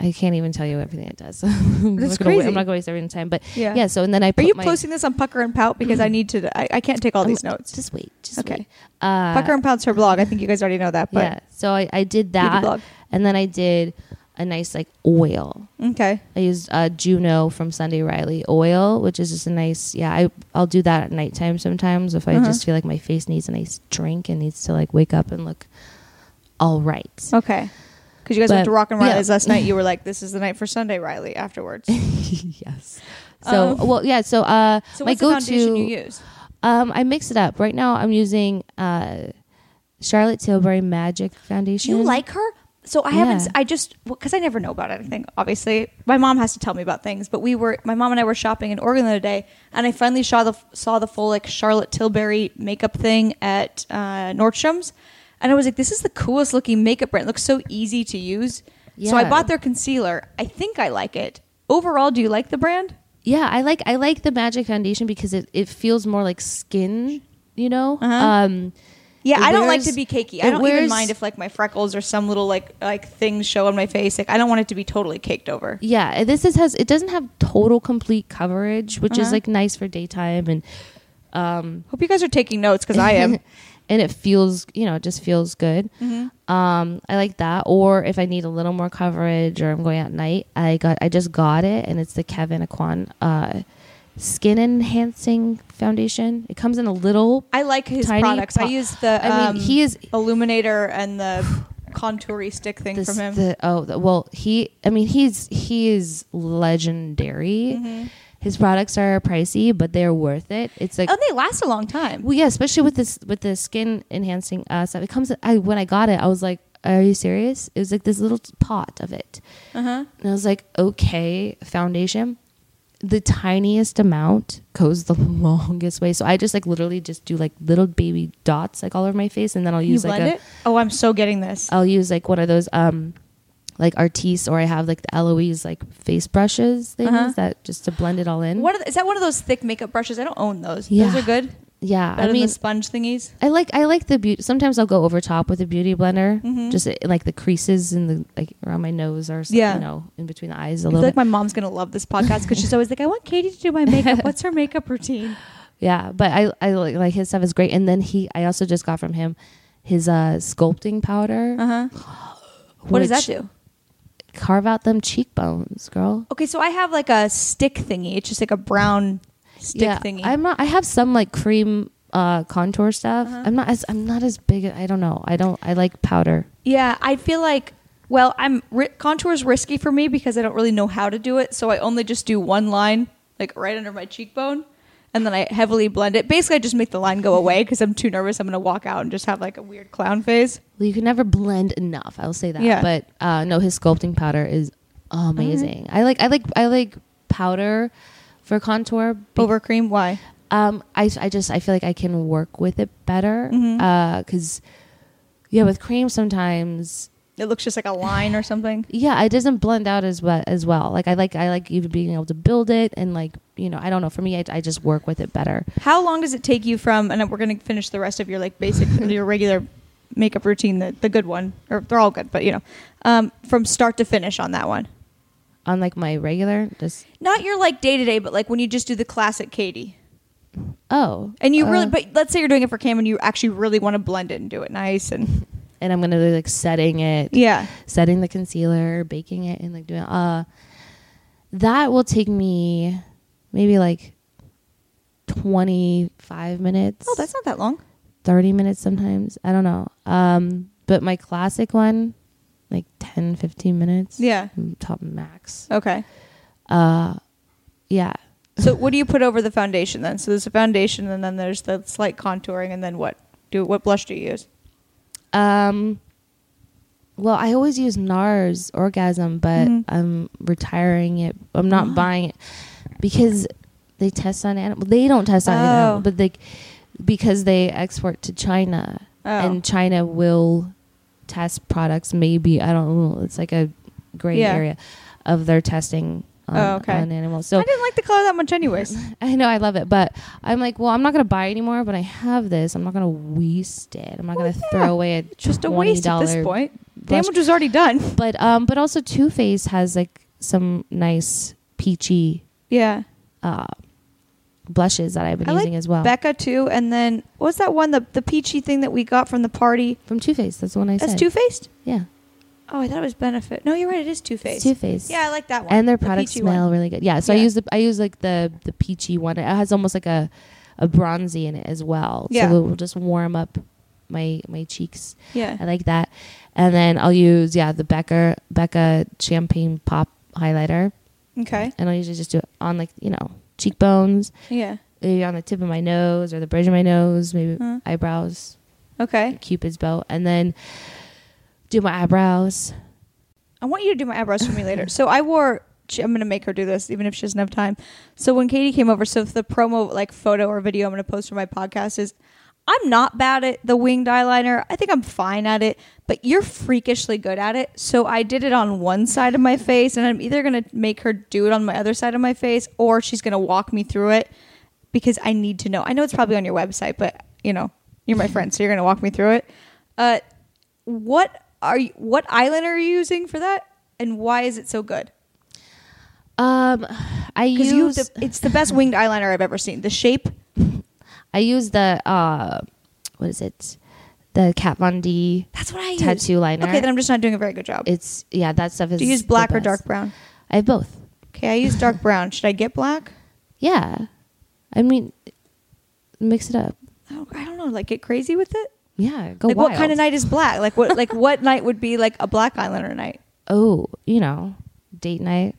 Speaker 2: I can't even tell you everything it does. I'm,
Speaker 1: That's
Speaker 2: not gonna wa-
Speaker 1: crazy.
Speaker 2: I'm not going to waste everyone's time, but
Speaker 1: Yeah.
Speaker 2: yeah. So and then I
Speaker 1: Are
Speaker 2: put
Speaker 1: you
Speaker 2: my, Oh,
Speaker 1: posting this on Pucker and Pout because I need to? I, I can't take all
Speaker 2: I'm-
Speaker 1: these notes.
Speaker 2: Just wait. Just
Speaker 1: Okay.
Speaker 2: wait. Uh,
Speaker 1: Pucker and Pout's her blog. I think you guys already know that,
Speaker 2: yeah.
Speaker 1: but
Speaker 2: So I, I did
Speaker 1: beauty
Speaker 2: that,
Speaker 1: blog.
Speaker 2: and then I did a nice like oil.
Speaker 1: Okay.
Speaker 2: I used uh, Juno from Sunday Riley oil, which is just a nice. Yeah, I I'll do that at nighttime sometimes if I
Speaker 1: Uh-huh.
Speaker 2: just feel like my face needs a nice drink and needs to like wake up and look all right.
Speaker 1: Okay. Because you guys went to
Speaker 2: But-
Speaker 1: Rock and
Speaker 2: yeah.
Speaker 1: Riley's last night. You were like, this is the night for Sunday, Riley, afterwards.
Speaker 2: yes. So
Speaker 1: Um,
Speaker 2: well, yeah. So uh,
Speaker 1: So
Speaker 2: my
Speaker 1: what's the
Speaker 2: go-to
Speaker 1: foundation you use?
Speaker 2: Um, I mix it up. Right now, I'm using uh, Charlotte Tilbury Magic Foundation.
Speaker 1: You like her? So I
Speaker 2: Yeah.
Speaker 1: haven't. I just because I never know about anything. Obviously, my mom has to tell me about things. But we were my mom and I were shopping in Oregon the other day, and I finally saw the saw the full like Charlotte Tilbury makeup thing at uh, Nordstrom's, and I was like, this is the coolest looking makeup brand. It looks so easy to use. So I
Speaker 2: Yeah.
Speaker 1: bought their concealer. I think I like it overall. Do you like the brand?
Speaker 2: Yeah, I like I like the Magic Foundation because it, it feels more like skin. You know.
Speaker 1: Uh-huh.
Speaker 2: Um,
Speaker 1: Yeah,
Speaker 2: It
Speaker 1: I don't like to
Speaker 2: wears-
Speaker 1: be cakey.
Speaker 2: it
Speaker 1: I don't even
Speaker 2: wears-
Speaker 1: mind if like my freckles or some little like like things show on my face. Like I don't want it to be totally caked over.
Speaker 2: yeah, this is has it doesn't have total complete coverage, which
Speaker 1: Uh-huh.
Speaker 2: is like nice for daytime and um,
Speaker 1: Hope you guys are taking notes because I am.
Speaker 2: and it feels you know it just feels good.
Speaker 1: Mm-hmm.
Speaker 2: Um, I like that. Or if I need a little more coverage, or I'm going out at night, I got I just got it, and it's the Kevin Aquan uh, skin enhancing foundation. It comes in a little.
Speaker 1: I like his
Speaker 2: Tiny
Speaker 1: products. I
Speaker 2: po-
Speaker 1: use the
Speaker 2: I mean,
Speaker 1: um,
Speaker 2: he is
Speaker 1: illuminator and the contoury stick thing
Speaker 2: this,
Speaker 1: from him.
Speaker 2: the oh the, well he I mean he's he is legendary.
Speaker 1: Mm-hmm.
Speaker 2: His products are pricey, but they're worth it. It's like
Speaker 1: oh, they last a long time.
Speaker 2: Well, yeah, especially with this with the skin enhancing uh, stuff. It comes. I when I got it, I was like, "Are you serious?" It was like this little pot of it,
Speaker 1: uh-huh.
Speaker 2: and I was like, "Okay, foundation." The tiniest amount goes the longest way. So I just like literally just do like little baby dots like all over my face, and then I'll
Speaker 1: You
Speaker 2: use like
Speaker 1: blend
Speaker 2: a
Speaker 1: it? Oh, I'm so getting this.
Speaker 2: I'll use like one of those um like Artiste or I have like the Eloise like face brushes things
Speaker 1: Uh-huh.
Speaker 2: that just to blend it all in.
Speaker 1: What are the, is that? One of those thick makeup brushes? I don't own those.
Speaker 2: Yeah.
Speaker 1: Those are good.
Speaker 2: Yeah,
Speaker 1: Better
Speaker 2: I mean,
Speaker 1: than the sponge thingies.
Speaker 2: I like I like the beauty. Sometimes I'll go over top with a beauty blender,
Speaker 1: Mm-hmm.
Speaker 2: just uh, like the creases and the like around my nose or some-
Speaker 1: Yeah.
Speaker 2: you know in between the eyes
Speaker 1: I
Speaker 2: a
Speaker 1: feel
Speaker 2: little.
Speaker 1: like
Speaker 2: bit.
Speaker 1: my mom's gonna love this podcast because she's always like, "I want Katie to do my makeup. What's her makeup routine?"
Speaker 2: yeah, but I I like, like his stuff is great. And then he I also just got from him his uh sculpting powder.
Speaker 1: Uh huh. What does that
Speaker 2: which
Speaker 1: do?
Speaker 2: Carve out them cheekbones, girl.
Speaker 1: Okay, so I have like a stick thingy. It's just like a brown stick
Speaker 2: yeah,
Speaker 1: thingy.
Speaker 2: I'm not. I have some like cream uh contour stuff.
Speaker 1: Uh-huh.
Speaker 2: I'm not as I'm not as big. I don't know. I don't. I like powder.
Speaker 1: Yeah, I feel like well, I'm ri- contour's risky for me because I don't really know how to do it, so I only just do one line like right under my cheekbone and then I heavily blend it. Basically, I just make the line go away because I'm too nervous I'm going to walk out and just have like a weird clown face.
Speaker 2: Well, you can never blend enough. I'll say that.
Speaker 1: Yeah.
Speaker 2: But uh, no, his sculpting powder is amazing.
Speaker 1: Uh-huh.
Speaker 2: I like I like I like powder for contour. be-
Speaker 1: Over cream, why?
Speaker 2: Um, I I just I feel like I can work with it better.
Speaker 1: Mhm.
Speaker 2: Uh, cause yeah, with cream sometimes
Speaker 1: It looks just like a line or something.
Speaker 2: yeah it doesn't blend out as well as well. Like I like I like even being able to build it and like you know I don't know for me I, I just work with it better.
Speaker 1: How long does it take you from and we're going to finish the rest of your like basic your regular makeup routine, the, the good one or they're all good, but you know, um, from start to finish on that one.
Speaker 2: On like my regular just
Speaker 1: Not your like day to day, but like when you just do the classic Katie.
Speaker 2: oh
Speaker 1: And you really,
Speaker 2: uh,
Speaker 1: but let's say you're doing it for Cam and you actually really want to blend it and do it nice and
Speaker 2: and I'm gonna be like setting it.
Speaker 1: yeah.
Speaker 2: setting the concealer, baking it, and like doing uh that will take me maybe like twenty five minutes.
Speaker 1: Oh, that's not that long.
Speaker 2: thirty minutes sometimes. I don't know. Um but my classic one, like 10, 15 minutes. mm,
Speaker 1: Yeah.
Speaker 2: Top max.
Speaker 1: Okay.
Speaker 2: Uh yeah.
Speaker 1: So what do you put over the foundation then? So there's a foundation and then there's the slight contouring and then what? Do what blush do you use?
Speaker 2: Um well, I always use NARS orgasm, but
Speaker 1: Mhm.
Speaker 2: I'm retiring it. I'm not buying it because they test on animal. They don't test on
Speaker 1: Oh.
Speaker 2: animal, but they because they export to China,
Speaker 1: Oh.
Speaker 2: and China will test products. Maybe I don't know. It's like a gray
Speaker 1: Yeah.
Speaker 2: area of their testing on,
Speaker 1: Oh, okay.
Speaker 2: on animals. So
Speaker 1: I didn't like the color that much, anyways.
Speaker 2: I know I love it, but I'm like, well, I'm not gonna buy anymore. But I have this. I'm not gonna waste it. I'm not
Speaker 1: Well,
Speaker 2: gonna
Speaker 1: yeah.
Speaker 2: throw away a
Speaker 1: Just a waste at this
Speaker 2: $20
Speaker 1: point.
Speaker 2: brush.
Speaker 1: Damage was already done.
Speaker 2: But um, but also Two Face has like some nice peachy
Speaker 1: Yeah.
Speaker 2: uh blushes that I've been
Speaker 1: I like
Speaker 2: using as well
Speaker 1: Oh. Becca too, and then what's that one the the peachy thing that we got from the party?
Speaker 2: from Two Face. That's the one I
Speaker 1: That's
Speaker 2: said.
Speaker 1: Too Faced.
Speaker 2: yeah,
Speaker 1: Oh, I thought it was Benefit. No, you're right. It is Too Faced.
Speaker 2: Two Face.
Speaker 1: Yeah, I like that one.
Speaker 2: and their
Speaker 1: The
Speaker 2: products
Speaker 1: peachy one.
Speaker 2: smell really good. Yeah, so I
Speaker 1: Yeah.
Speaker 2: use the I use like the the peachy one. It has almost like a a bronzy in it as well.
Speaker 1: Yeah.
Speaker 2: so it will just warm up my my cheeks.
Speaker 1: Yeah.
Speaker 2: I like that. And then I'll use yeah the Becca Becca champagne pop highlighter,
Speaker 1: Okay.
Speaker 2: and I'll usually just do it on like you know cheekbones,
Speaker 1: Yeah.
Speaker 2: maybe eh, on the tip of my nose or the bridge of my nose, maybe
Speaker 1: Huh.
Speaker 2: eyebrows,
Speaker 1: Okay.
Speaker 2: Cupid's bow, and then do my eyebrows.
Speaker 1: I want you to do my eyebrows for me later. So I wore. she- I'm gonna make her do this, even if she doesn't have time. So when Katie came over, so if the promo like photo or video I'm gonna post for my podcast is, I'm not bad at the winged eyeliner. I think I'm fine at it, but you're freakishly good at it. So I did it on one side of my face, and I'm either gonna make her do it on my other side of my face, or she's gonna walk me through it because I need to know. I know it's probably on your website, but you know you're my friend, so you're gonna walk me through it. Uh, what are you, what eyeliner are you using for that, and why is it so good?
Speaker 2: Um, I
Speaker 1: Because
Speaker 2: use
Speaker 1: you, the, it's the best winged eyeliner I've ever seen. The shape,
Speaker 2: I use the uh, what is it? The Kat Von D
Speaker 1: that's what I use.
Speaker 2: tattoo liner.
Speaker 1: Okay, then I'm just not doing a very good job.
Speaker 2: it's yeah, that stuff is.
Speaker 1: Do you use
Speaker 2: the
Speaker 1: black or
Speaker 2: best.
Speaker 1: dark brown?
Speaker 2: I have both.
Speaker 1: Okay, I use dark brown. Should I get black?
Speaker 2: Yeah, I mean, mix it up.
Speaker 1: I don't, I don't know. Like get crazy with it.
Speaker 2: Yeah, go
Speaker 1: like
Speaker 2: wild.
Speaker 1: what kind of night is black? Like what? Like what night would be like a black eyeliner night?
Speaker 2: Oh, you know, date night.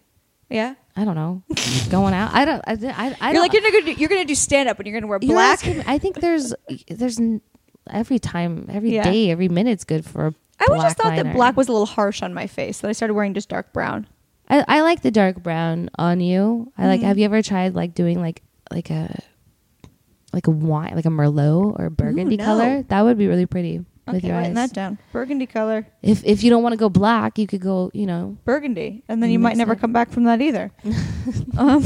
Speaker 1: Yeah.
Speaker 2: I don't know, going out. I don't. I. I, I
Speaker 1: you're
Speaker 2: don't,
Speaker 1: like you're gonna do, you're gonna do stand up and you're gonna wear
Speaker 2: You're
Speaker 1: black.
Speaker 2: asking- I think there's there's n- every time, every day,
Speaker 1: Yeah.
Speaker 2: every minute's good for. a
Speaker 1: I always just
Speaker 2: black
Speaker 1: thought that
Speaker 2: liner.
Speaker 1: black was a little harsh on my face, that I started wearing just dark brown.
Speaker 2: I, I like the dark brown on you. I like.
Speaker 1: Mhm.
Speaker 2: Have you ever tried like doing like like a like a wine like a merlot or burgundy
Speaker 1: no.
Speaker 2: color? That would be really pretty with
Speaker 1: Okay,
Speaker 2: your
Speaker 1: writing
Speaker 2: eyes.
Speaker 1: that down. Burgundy color,
Speaker 2: If if you don't want to go black, you could go. You know.
Speaker 1: burgundy, and then you
Speaker 2: You
Speaker 1: might
Speaker 2: mix
Speaker 1: never
Speaker 2: it.
Speaker 1: come back from that either. um,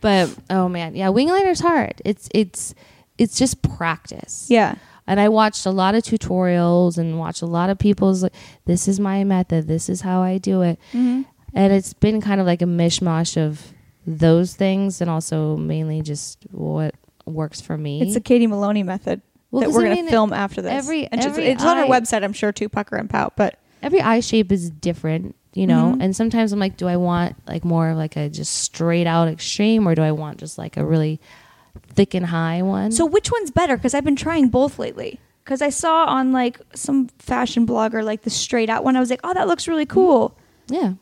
Speaker 2: But oh man, yeah, wing liner's hard. It's it's it's just practice.
Speaker 1: yeah,
Speaker 2: and I watched a lot of tutorials and watched a lot of people's like this is my method, this is how I do it.
Speaker 1: Mhm.
Speaker 2: And it's been kind of like a mishmash of those things and also mainly just what works for me.
Speaker 1: it's the Katie Maloney method
Speaker 2: Well,
Speaker 1: that
Speaker 2: 'cause
Speaker 1: we're
Speaker 2: I
Speaker 1: gonna
Speaker 2: mean,
Speaker 1: film after this.
Speaker 2: every-
Speaker 1: and just-
Speaker 2: every
Speaker 1: it's on our
Speaker 2: eye-
Speaker 1: website, I'm sure too. Pucker and pout, but
Speaker 2: every eye shape is different, you know.
Speaker 1: Mhm.
Speaker 2: And sometimes I'm like, do I want like more of like a just straight out extreme or do I want just like a really thick and high one?
Speaker 1: so which one's better? Because I've been trying both lately. Because I saw on like some fashion blogger like the straight out one, I was like, oh, that looks really cool.
Speaker 2: Yeah.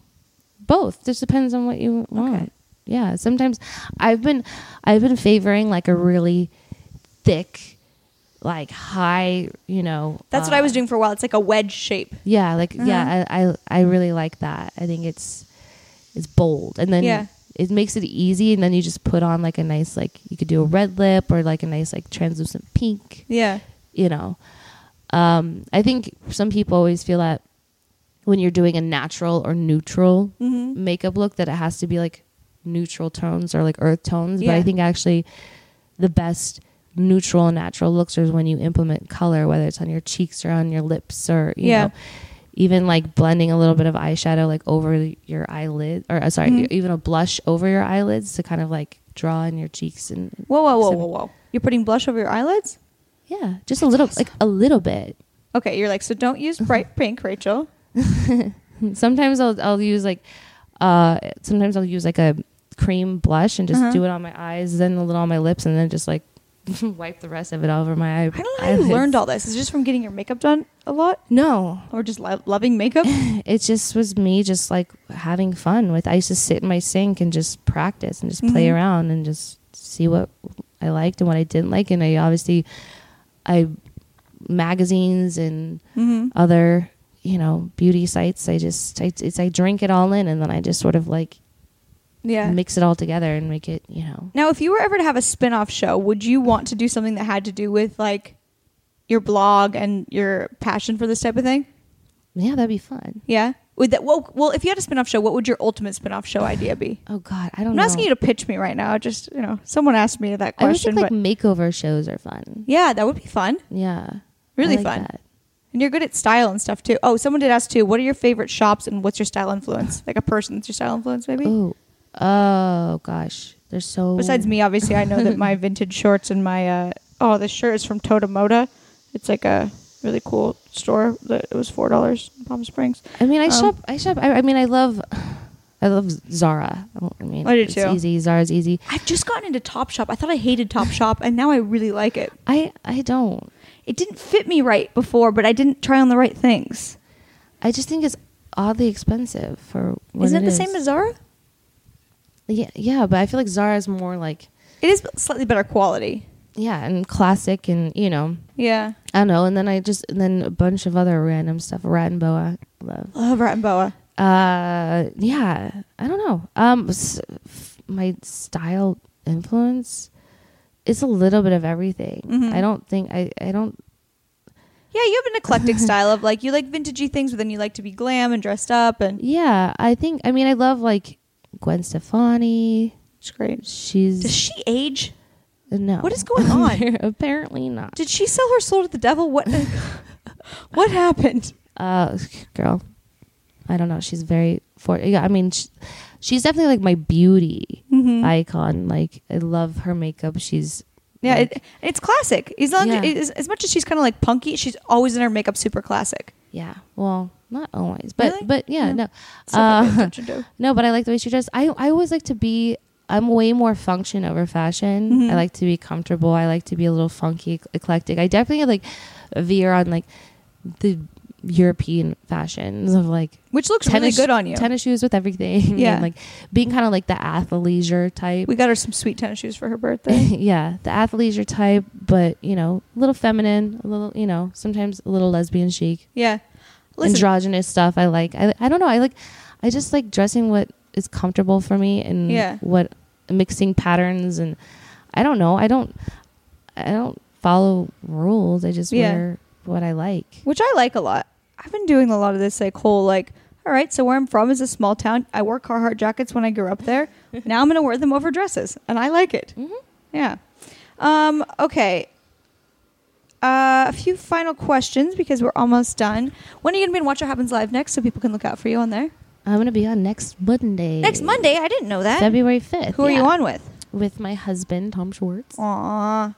Speaker 2: Both. Just depends on what you want. Yeah. Sometimes I've been I've been favoring like a really thick, like high, you know.
Speaker 1: That's what
Speaker 2: uh,
Speaker 1: I was doing for a while. It's like a wedge shape.
Speaker 2: Yeah, like yeah,
Speaker 1: Uh-huh.
Speaker 2: I, I I really like that. I think it's it's bold. And then
Speaker 1: Yeah.
Speaker 2: it makes it easy and then you just put on like a nice like you could do a red lip or like a nice like translucent pink
Speaker 1: Yeah.
Speaker 2: you know um i think some people always feel that when you're doing a natural or neutral
Speaker 1: Mhm.
Speaker 2: makeup look that it has to be like neutral tones or like earth tones but i
Speaker 1: Yeah.
Speaker 2: think actually the best neutral and natural looks is when you implement color whether it's on your cheeks or on your lips or you
Speaker 1: Yeah.
Speaker 2: know even like blending a little bit of eyeshadow like over your eyelid or uh, sorry
Speaker 1: Mhm.
Speaker 2: even a blush over your eyelids to kind of like draw in your cheeks and
Speaker 1: Whoa, whoa, whoa,
Speaker 2: So-
Speaker 1: whoa, whoa. You're putting blush over your eyelids?
Speaker 2: yeah just a little like a little bit
Speaker 1: Okay, you're like, so don't use bright pink, Rachel.
Speaker 2: sometimes I'll I'll use like uh sometimes I'll use like a cream blush and just
Speaker 1: Uh-huh.
Speaker 2: do it on my eyes, then a little on my lips, and then just like wipe the rest of it over my eye.
Speaker 1: I don't know how you learned all this. Is it just from getting your makeup done a lot
Speaker 2: No,
Speaker 1: or just lo- loving makeup?
Speaker 2: it just was me just like having fun with. I used to sit in my sink and just practice and just play
Speaker 1: Mhm.
Speaker 2: around and just see what I liked and what I didn't like. And I obviously, I magazines and
Speaker 1: mm-hmm.
Speaker 2: other you know beauty sites. I just I, it's I drink it all in and then I just sort of like
Speaker 1: Yeah.
Speaker 2: mix it all together and make it, you know.
Speaker 1: now, if you were ever to have a spin off show, would you want to do something that had to do with like your blog and your passion for this type of thing?
Speaker 2: Yeah, that'd be fun.
Speaker 1: Yeah. Would that well, well, if you had a spin-off show, what would your ultimate spin-off show idea be?
Speaker 2: Oh God, I
Speaker 1: I'm
Speaker 2: don't.
Speaker 1: not
Speaker 2: know.
Speaker 1: asking you to pitch me right now. Just you know, someone asked me that
Speaker 2: I always
Speaker 1: question,
Speaker 2: think like
Speaker 1: but
Speaker 2: makeover shows are fun.
Speaker 1: yeah, that would be fun.
Speaker 2: Yeah, I
Speaker 1: Really
Speaker 2: like
Speaker 1: fun.
Speaker 2: that.
Speaker 1: And you're good at style and stuff too. Oh, someone did ask too. What are your favorite shops and what's your style influence? Like a person that's your style influence, maybe.
Speaker 2: Oh, oh gosh, there's so.
Speaker 1: Besides me, obviously, I know that my vintage shorts and my uh, oh, this shirt is from Totemoda. It's like a really cool store. That it was four dollars in Palm Springs.
Speaker 2: I mean, I
Speaker 1: um,
Speaker 2: shop. I shop. I, I mean, I love. I love Zara. I don't- I mean,
Speaker 1: I do
Speaker 2: it's
Speaker 1: too.
Speaker 2: easy. Zara's easy.
Speaker 1: I've just gotten into Top Shop. I thought I hated Top Shop, and now I really like it.
Speaker 2: I I don't.
Speaker 1: It didn't fit me right before, but I didn't try on the right things.
Speaker 2: I just think it's oddly expensive for. What
Speaker 1: Isn't it,
Speaker 2: it
Speaker 1: the
Speaker 2: is.
Speaker 1: same as Zara?
Speaker 2: Yeah, yeah, but I feel like Zara's more like
Speaker 1: It is slightly better quality.
Speaker 2: yeah, and classic, and you know,
Speaker 1: Yeah.
Speaker 2: I don't know. And then I just and then a bunch of other random stuff. Rat and boa, I love.
Speaker 1: Love Rat and Boa.
Speaker 2: Uh, yeah, I don't know. Um, s- f- my style influence is a little bit of everything.
Speaker 1: Mhm.
Speaker 2: I don't think I I don't
Speaker 1: Yeah, you have an eclectic style of like you like vintagey things, but then you like to be glam and dressed up, and
Speaker 2: Yeah, I think. I mean, I love like Gwen Stefani.
Speaker 1: it's great. Does
Speaker 2: She's
Speaker 1: she age?
Speaker 2: no.
Speaker 1: What is going on?
Speaker 2: Apparently not.
Speaker 1: Did she sell her soul to the devil? What? what happened?
Speaker 2: Uh, girl, I don't know. She's very for. Yeah, I mean, sh she's definitely like my beauty
Speaker 1: Mm-hmm.
Speaker 2: icon. Like, I love her makeup. She's
Speaker 1: yeah, it, it's classic. As long
Speaker 2: Yeah.
Speaker 1: as, as, as much as she's kind of like punky, she's always in her makeup super classic.
Speaker 2: yeah. Well, not always, but
Speaker 1: Really?
Speaker 2: but yeah,
Speaker 1: No.
Speaker 2: no,
Speaker 1: So I pay
Speaker 2: Uh,
Speaker 1: attention to.
Speaker 2: no. But I like the way she dresses. I I always like to be. I'm way more function over fashion.
Speaker 1: Mhm.
Speaker 2: I like to be comfortable. I like to be a little funky, ec- eclectic. I definitely like veer on like the European fashions of like
Speaker 1: Which looks really
Speaker 2: tennis-
Speaker 1: good on you.
Speaker 2: tennis shoes with everything.
Speaker 1: Yeah.
Speaker 2: and, like being kind of like the athleisure type.
Speaker 1: We got her some sweet tennis shoes for her birthday.
Speaker 2: yeah, the athleisure type, but you know, a little feminine, a little, you know, sometimes a little lesbian chic,
Speaker 1: yeah. Listen,
Speaker 2: androgynous stuff. I like. I I don't know. I like. I just like dressing what is comfortable for me and
Speaker 1: Yeah.
Speaker 2: what mixing patterns and I don't know. I don't. I don't follow rules. I just
Speaker 1: Yeah.
Speaker 2: wear what I like.
Speaker 1: which I like a lot. I've been doing a lot of this like whole like, all right, so where I'm from is a small town. I wore Carhartt jackets when I grew up there. now I'm gonna wear them over dresses, and I like it.
Speaker 2: Mhm.
Speaker 1: Yeah. Um. Okay. Uh, a few final questions because we're almost done. When are you gonna be in Watch What Happens Live next so people can look out for you on there?
Speaker 2: I'm gonna be on next Monday.
Speaker 1: Next Monday. I didn't know that.
Speaker 2: February fifth.
Speaker 1: Who are you on with?
Speaker 2: With my husband, Tom Schwartz.
Speaker 1: Aw.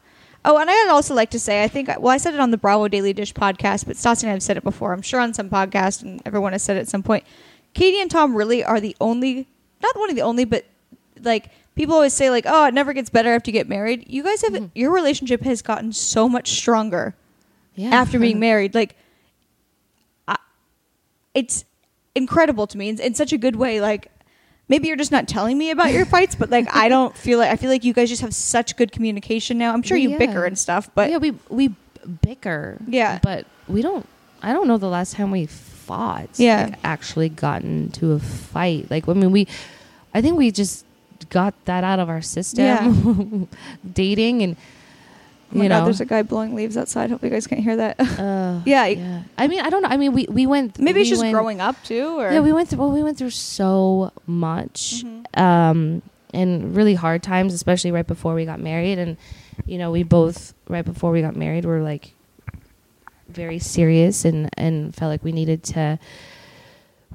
Speaker 1: Oh, and I'd also like to say, I think, well, I said it on the Bravo Daily Dish podcast, but Stassi and I have said it before. I'm sure on some podcast, and everyone has said it at some point. Katie and Tom really are the only, not one of the only, but like people always say, like, oh, it never gets better after you get married. You guys have,
Speaker 2: Mhm.
Speaker 1: your relationship has gotten so much stronger
Speaker 2: Yeah.
Speaker 1: after being married. Like, I, it's incredible to me in, in such a good way. Like, maybe you're just not telling me about your fights, but like, I don't feel like I feel like you guys just have such good communication now. I'm sure you
Speaker 2: Yeah.
Speaker 1: bicker and stuff, but oh
Speaker 2: yeah, we we bicker.
Speaker 1: Yeah.
Speaker 2: but we don't. I don't know the last time we fought.
Speaker 1: Yeah.
Speaker 2: like, actually gotten to a fight. Like I mean, we. I think we just got that out of our system. Dating and
Speaker 1: oh my
Speaker 2: you
Speaker 1: god,
Speaker 2: know.
Speaker 1: there's a guy blowing leaves outside. Hope you guys can't hear that.
Speaker 2: uh,
Speaker 1: Yeah.
Speaker 2: I mean, I don't know. I mean, we we went.
Speaker 1: maybe it's
Speaker 2: we
Speaker 1: just
Speaker 2: went-
Speaker 1: growing up too, or
Speaker 2: Yeah, we went through. Well, we went through so much,
Speaker 1: Mhm.
Speaker 2: um, and really hard times, especially right before we got married. And you know, we both right before we got married were like very serious and and felt like we needed to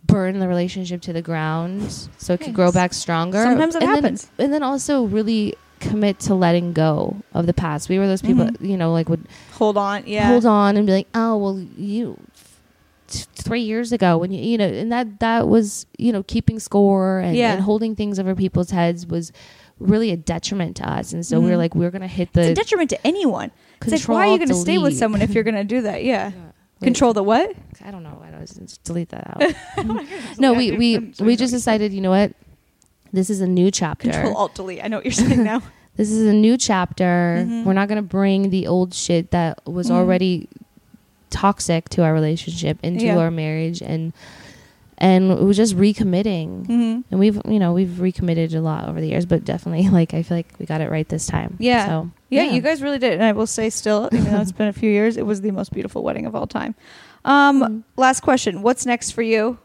Speaker 2: burn the relationship to the ground so it could grow
Speaker 1: Yes.
Speaker 2: back stronger.
Speaker 1: Sometimes that
Speaker 2: and then-
Speaker 1: happens.
Speaker 2: and then also really commit to letting go of the past. We were those people,
Speaker 1: Mhm.
Speaker 2: you know, like would
Speaker 1: hold on, yeah,
Speaker 2: hold on and be like, oh well, you t- three years ago when you you know, and that that was you know keeping score and,
Speaker 1: Yeah.
Speaker 2: and holding things over people's heads was really a detriment to us, and so we
Speaker 1: Mhm.
Speaker 2: were like, we are gonna hit
Speaker 1: It's
Speaker 2: the
Speaker 1: a detriment to anyone. It's like,
Speaker 2: control,
Speaker 1: why are you going to stay with
Speaker 2: delete.
Speaker 1: someone if you're going to do that? Yeah.
Speaker 2: Yeah. Wait,
Speaker 1: Control the what?
Speaker 2: I don't know. I don't, just delete that out. no, we we we just decided. You know what? This is a new chapter.
Speaker 1: Control Alt Delete. I know what you're saying now.
Speaker 2: This is a new chapter.
Speaker 1: Mhm.
Speaker 2: We're not going to bring the old shit that was
Speaker 1: Mhm.
Speaker 2: already toxic to our relationship into
Speaker 1: Yeah.
Speaker 2: our marriage and and it was just recommitting.
Speaker 1: mm-hmm.
Speaker 2: And we've, you know, we've recommitted a lot over the years, but definitely like I feel like we got it right this time.
Speaker 1: Yeah.
Speaker 2: So,
Speaker 1: Yeah, you guys really did. And I will say still, even though it's been a few years, it was the most beautiful wedding of all time. Um,
Speaker 2: Mhm.
Speaker 1: Last question. What's next for you?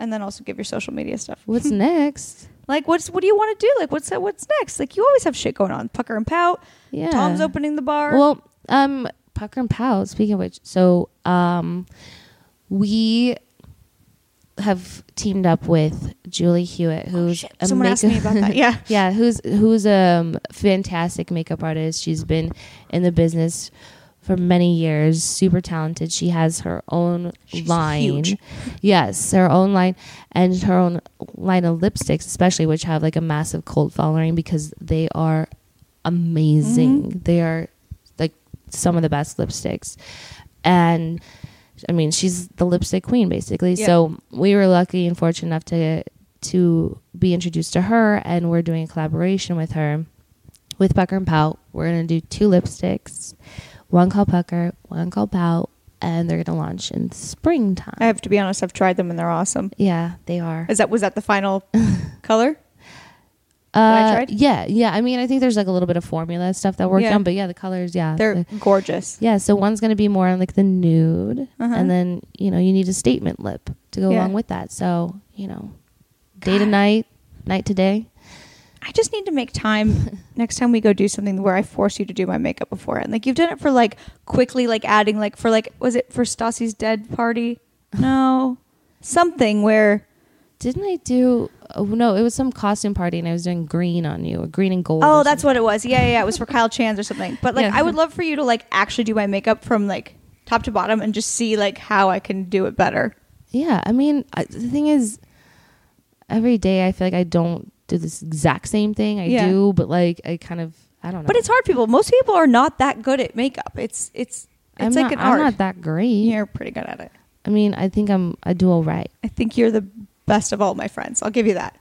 Speaker 1: and then also give your social media stuff. Hmm.
Speaker 2: What's next?
Speaker 1: Like, what's what do you want to do? Like, what's what's next? Like, you always have shit going on. Pucker and pout.
Speaker 2: Yeah.
Speaker 1: Tom's opening the bar.
Speaker 2: Well, um, Pucker and Pal. Speaking of which, so um, we have teamed up with Julie Hewitt, who's
Speaker 1: Oh, Shit, someone asked me about that. Yeah.
Speaker 2: yeah, who's who's a um, fantastic makeup artist. She's been in the business for many years, super talented. She has her own
Speaker 1: She's
Speaker 2: line.
Speaker 1: huge.
Speaker 2: Yes, her own line and her own line of lipsticks, especially which have like a massive cult following because they are amazing.
Speaker 1: Mm-hmm.
Speaker 2: They are like some of the best lipsticks. And I mean, she's the lipstick queen basically.
Speaker 1: Yeah.
Speaker 2: So we were lucky and fortunate enough to to be introduced to her and we're doing a collaboration with her with Pucker and Pout. We're gonna do two lipsticks, one called Pucker, one called Pout, and they're gonna launch in springtime.
Speaker 1: I have to be honest. I've tried them and they're awesome.
Speaker 2: yeah, they are.
Speaker 1: Is that was that the final color? I
Speaker 2: Uh,
Speaker 1: tried?
Speaker 2: Yeah, yeah. I mean, I think there's like a little bit of formula stuff that worked
Speaker 1: Yeah.
Speaker 2: on, but yeah, the colors, yeah,
Speaker 1: They're gorgeous.
Speaker 2: Yeah, so one's going to be more on like the nude,
Speaker 1: Uh-huh.
Speaker 2: and then you know you need a statement lip to go
Speaker 1: Yeah.
Speaker 2: along with that. So you know, day to night, night to day.
Speaker 1: I just need to make time next time we go do something where I force you to do my makeup beforehand. Like you've done it for like quickly, like adding like for like was it for Stassi's dead party? No, something where
Speaker 2: Didn't I do? Oh no, it was some costume party, and I was doing green on you, or green and gold.
Speaker 1: oh
Speaker 2: or
Speaker 1: that's
Speaker 2: something.
Speaker 1: what it was. Yeah, yeah, yeah. it was for Kyle Chans or something. But like
Speaker 2: Yeah.
Speaker 1: I would love for you to like actually do my makeup from like top to bottom and just see like how I can do it better.
Speaker 2: Yeah, I mean, I, the thing is, every day I feel like I don't do this exact same thing. I
Speaker 1: Yeah.
Speaker 2: do, but like I kind of, I don't know.
Speaker 1: But it's hard, people. Most people are not that good at makeup. It's it's it's
Speaker 2: I'm
Speaker 1: like
Speaker 2: not,
Speaker 1: an
Speaker 2: I'm
Speaker 1: art.
Speaker 2: not that great.
Speaker 1: You're pretty good at it.
Speaker 2: I mean, I think I'm. I do all right.
Speaker 1: I think you're the best of all my friends. I'll give you that.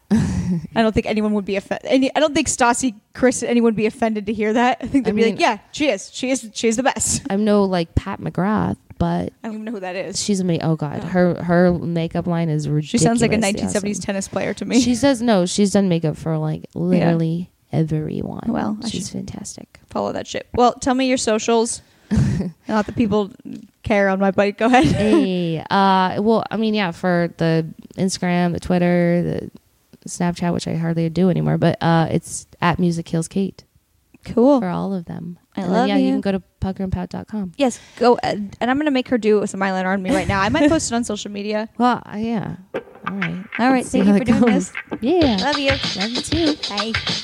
Speaker 1: I don't think anyone would be offended. Any, I don't think Stassi, Chris, anyone would be offended to hear that. I think they'd
Speaker 2: I
Speaker 1: be
Speaker 2: mean-
Speaker 1: like, "Yeah, she is. She is. She's the best."
Speaker 2: I'm no like Pat McGrath, but
Speaker 1: I don't even know who that is.
Speaker 2: She's amazing. Oh God, her her makeup line is ridiculous.
Speaker 1: She sounds like a 1970s tennis player to me.
Speaker 2: She says no. She's done makeup for like literally everyone.
Speaker 1: Well, I
Speaker 2: she's
Speaker 1: should-
Speaker 2: fantastic.
Speaker 1: Follow that shit. Well, tell me your socials. Not that people care on my bike. Go ahead.
Speaker 2: hey, uh, well, I mean, yeah, for the Instagram, the Twitter, the Snapchat, which I hardly do anymore, but uh, it's at Music Kills Kate
Speaker 1: Cool.
Speaker 2: for all of them.
Speaker 1: I
Speaker 2: and
Speaker 1: love
Speaker 2: then, yeah,
Speaker 1: you.
Speaker 2: can go to puckerandpout.com.
Speaker 1: Yes, go. uh, And and I'm gonna make her do some eyeliner on me right now. I might post it on social media.
Speaker 2: Well, uh, yeah. All right.
Speaker 1: All right.
Speaker 2: Let's see
Speaker 1: Thank
Speaker 2: how
Speaker 1: you for
Speaker 2: it
Speaker 1: doing
Speaker 2: goes.
Speaker 1: this.
Speaker 2: Yeah.
Speaker 1: Love you.
Speaker 2: Love you too.
Speaker 1: Bye.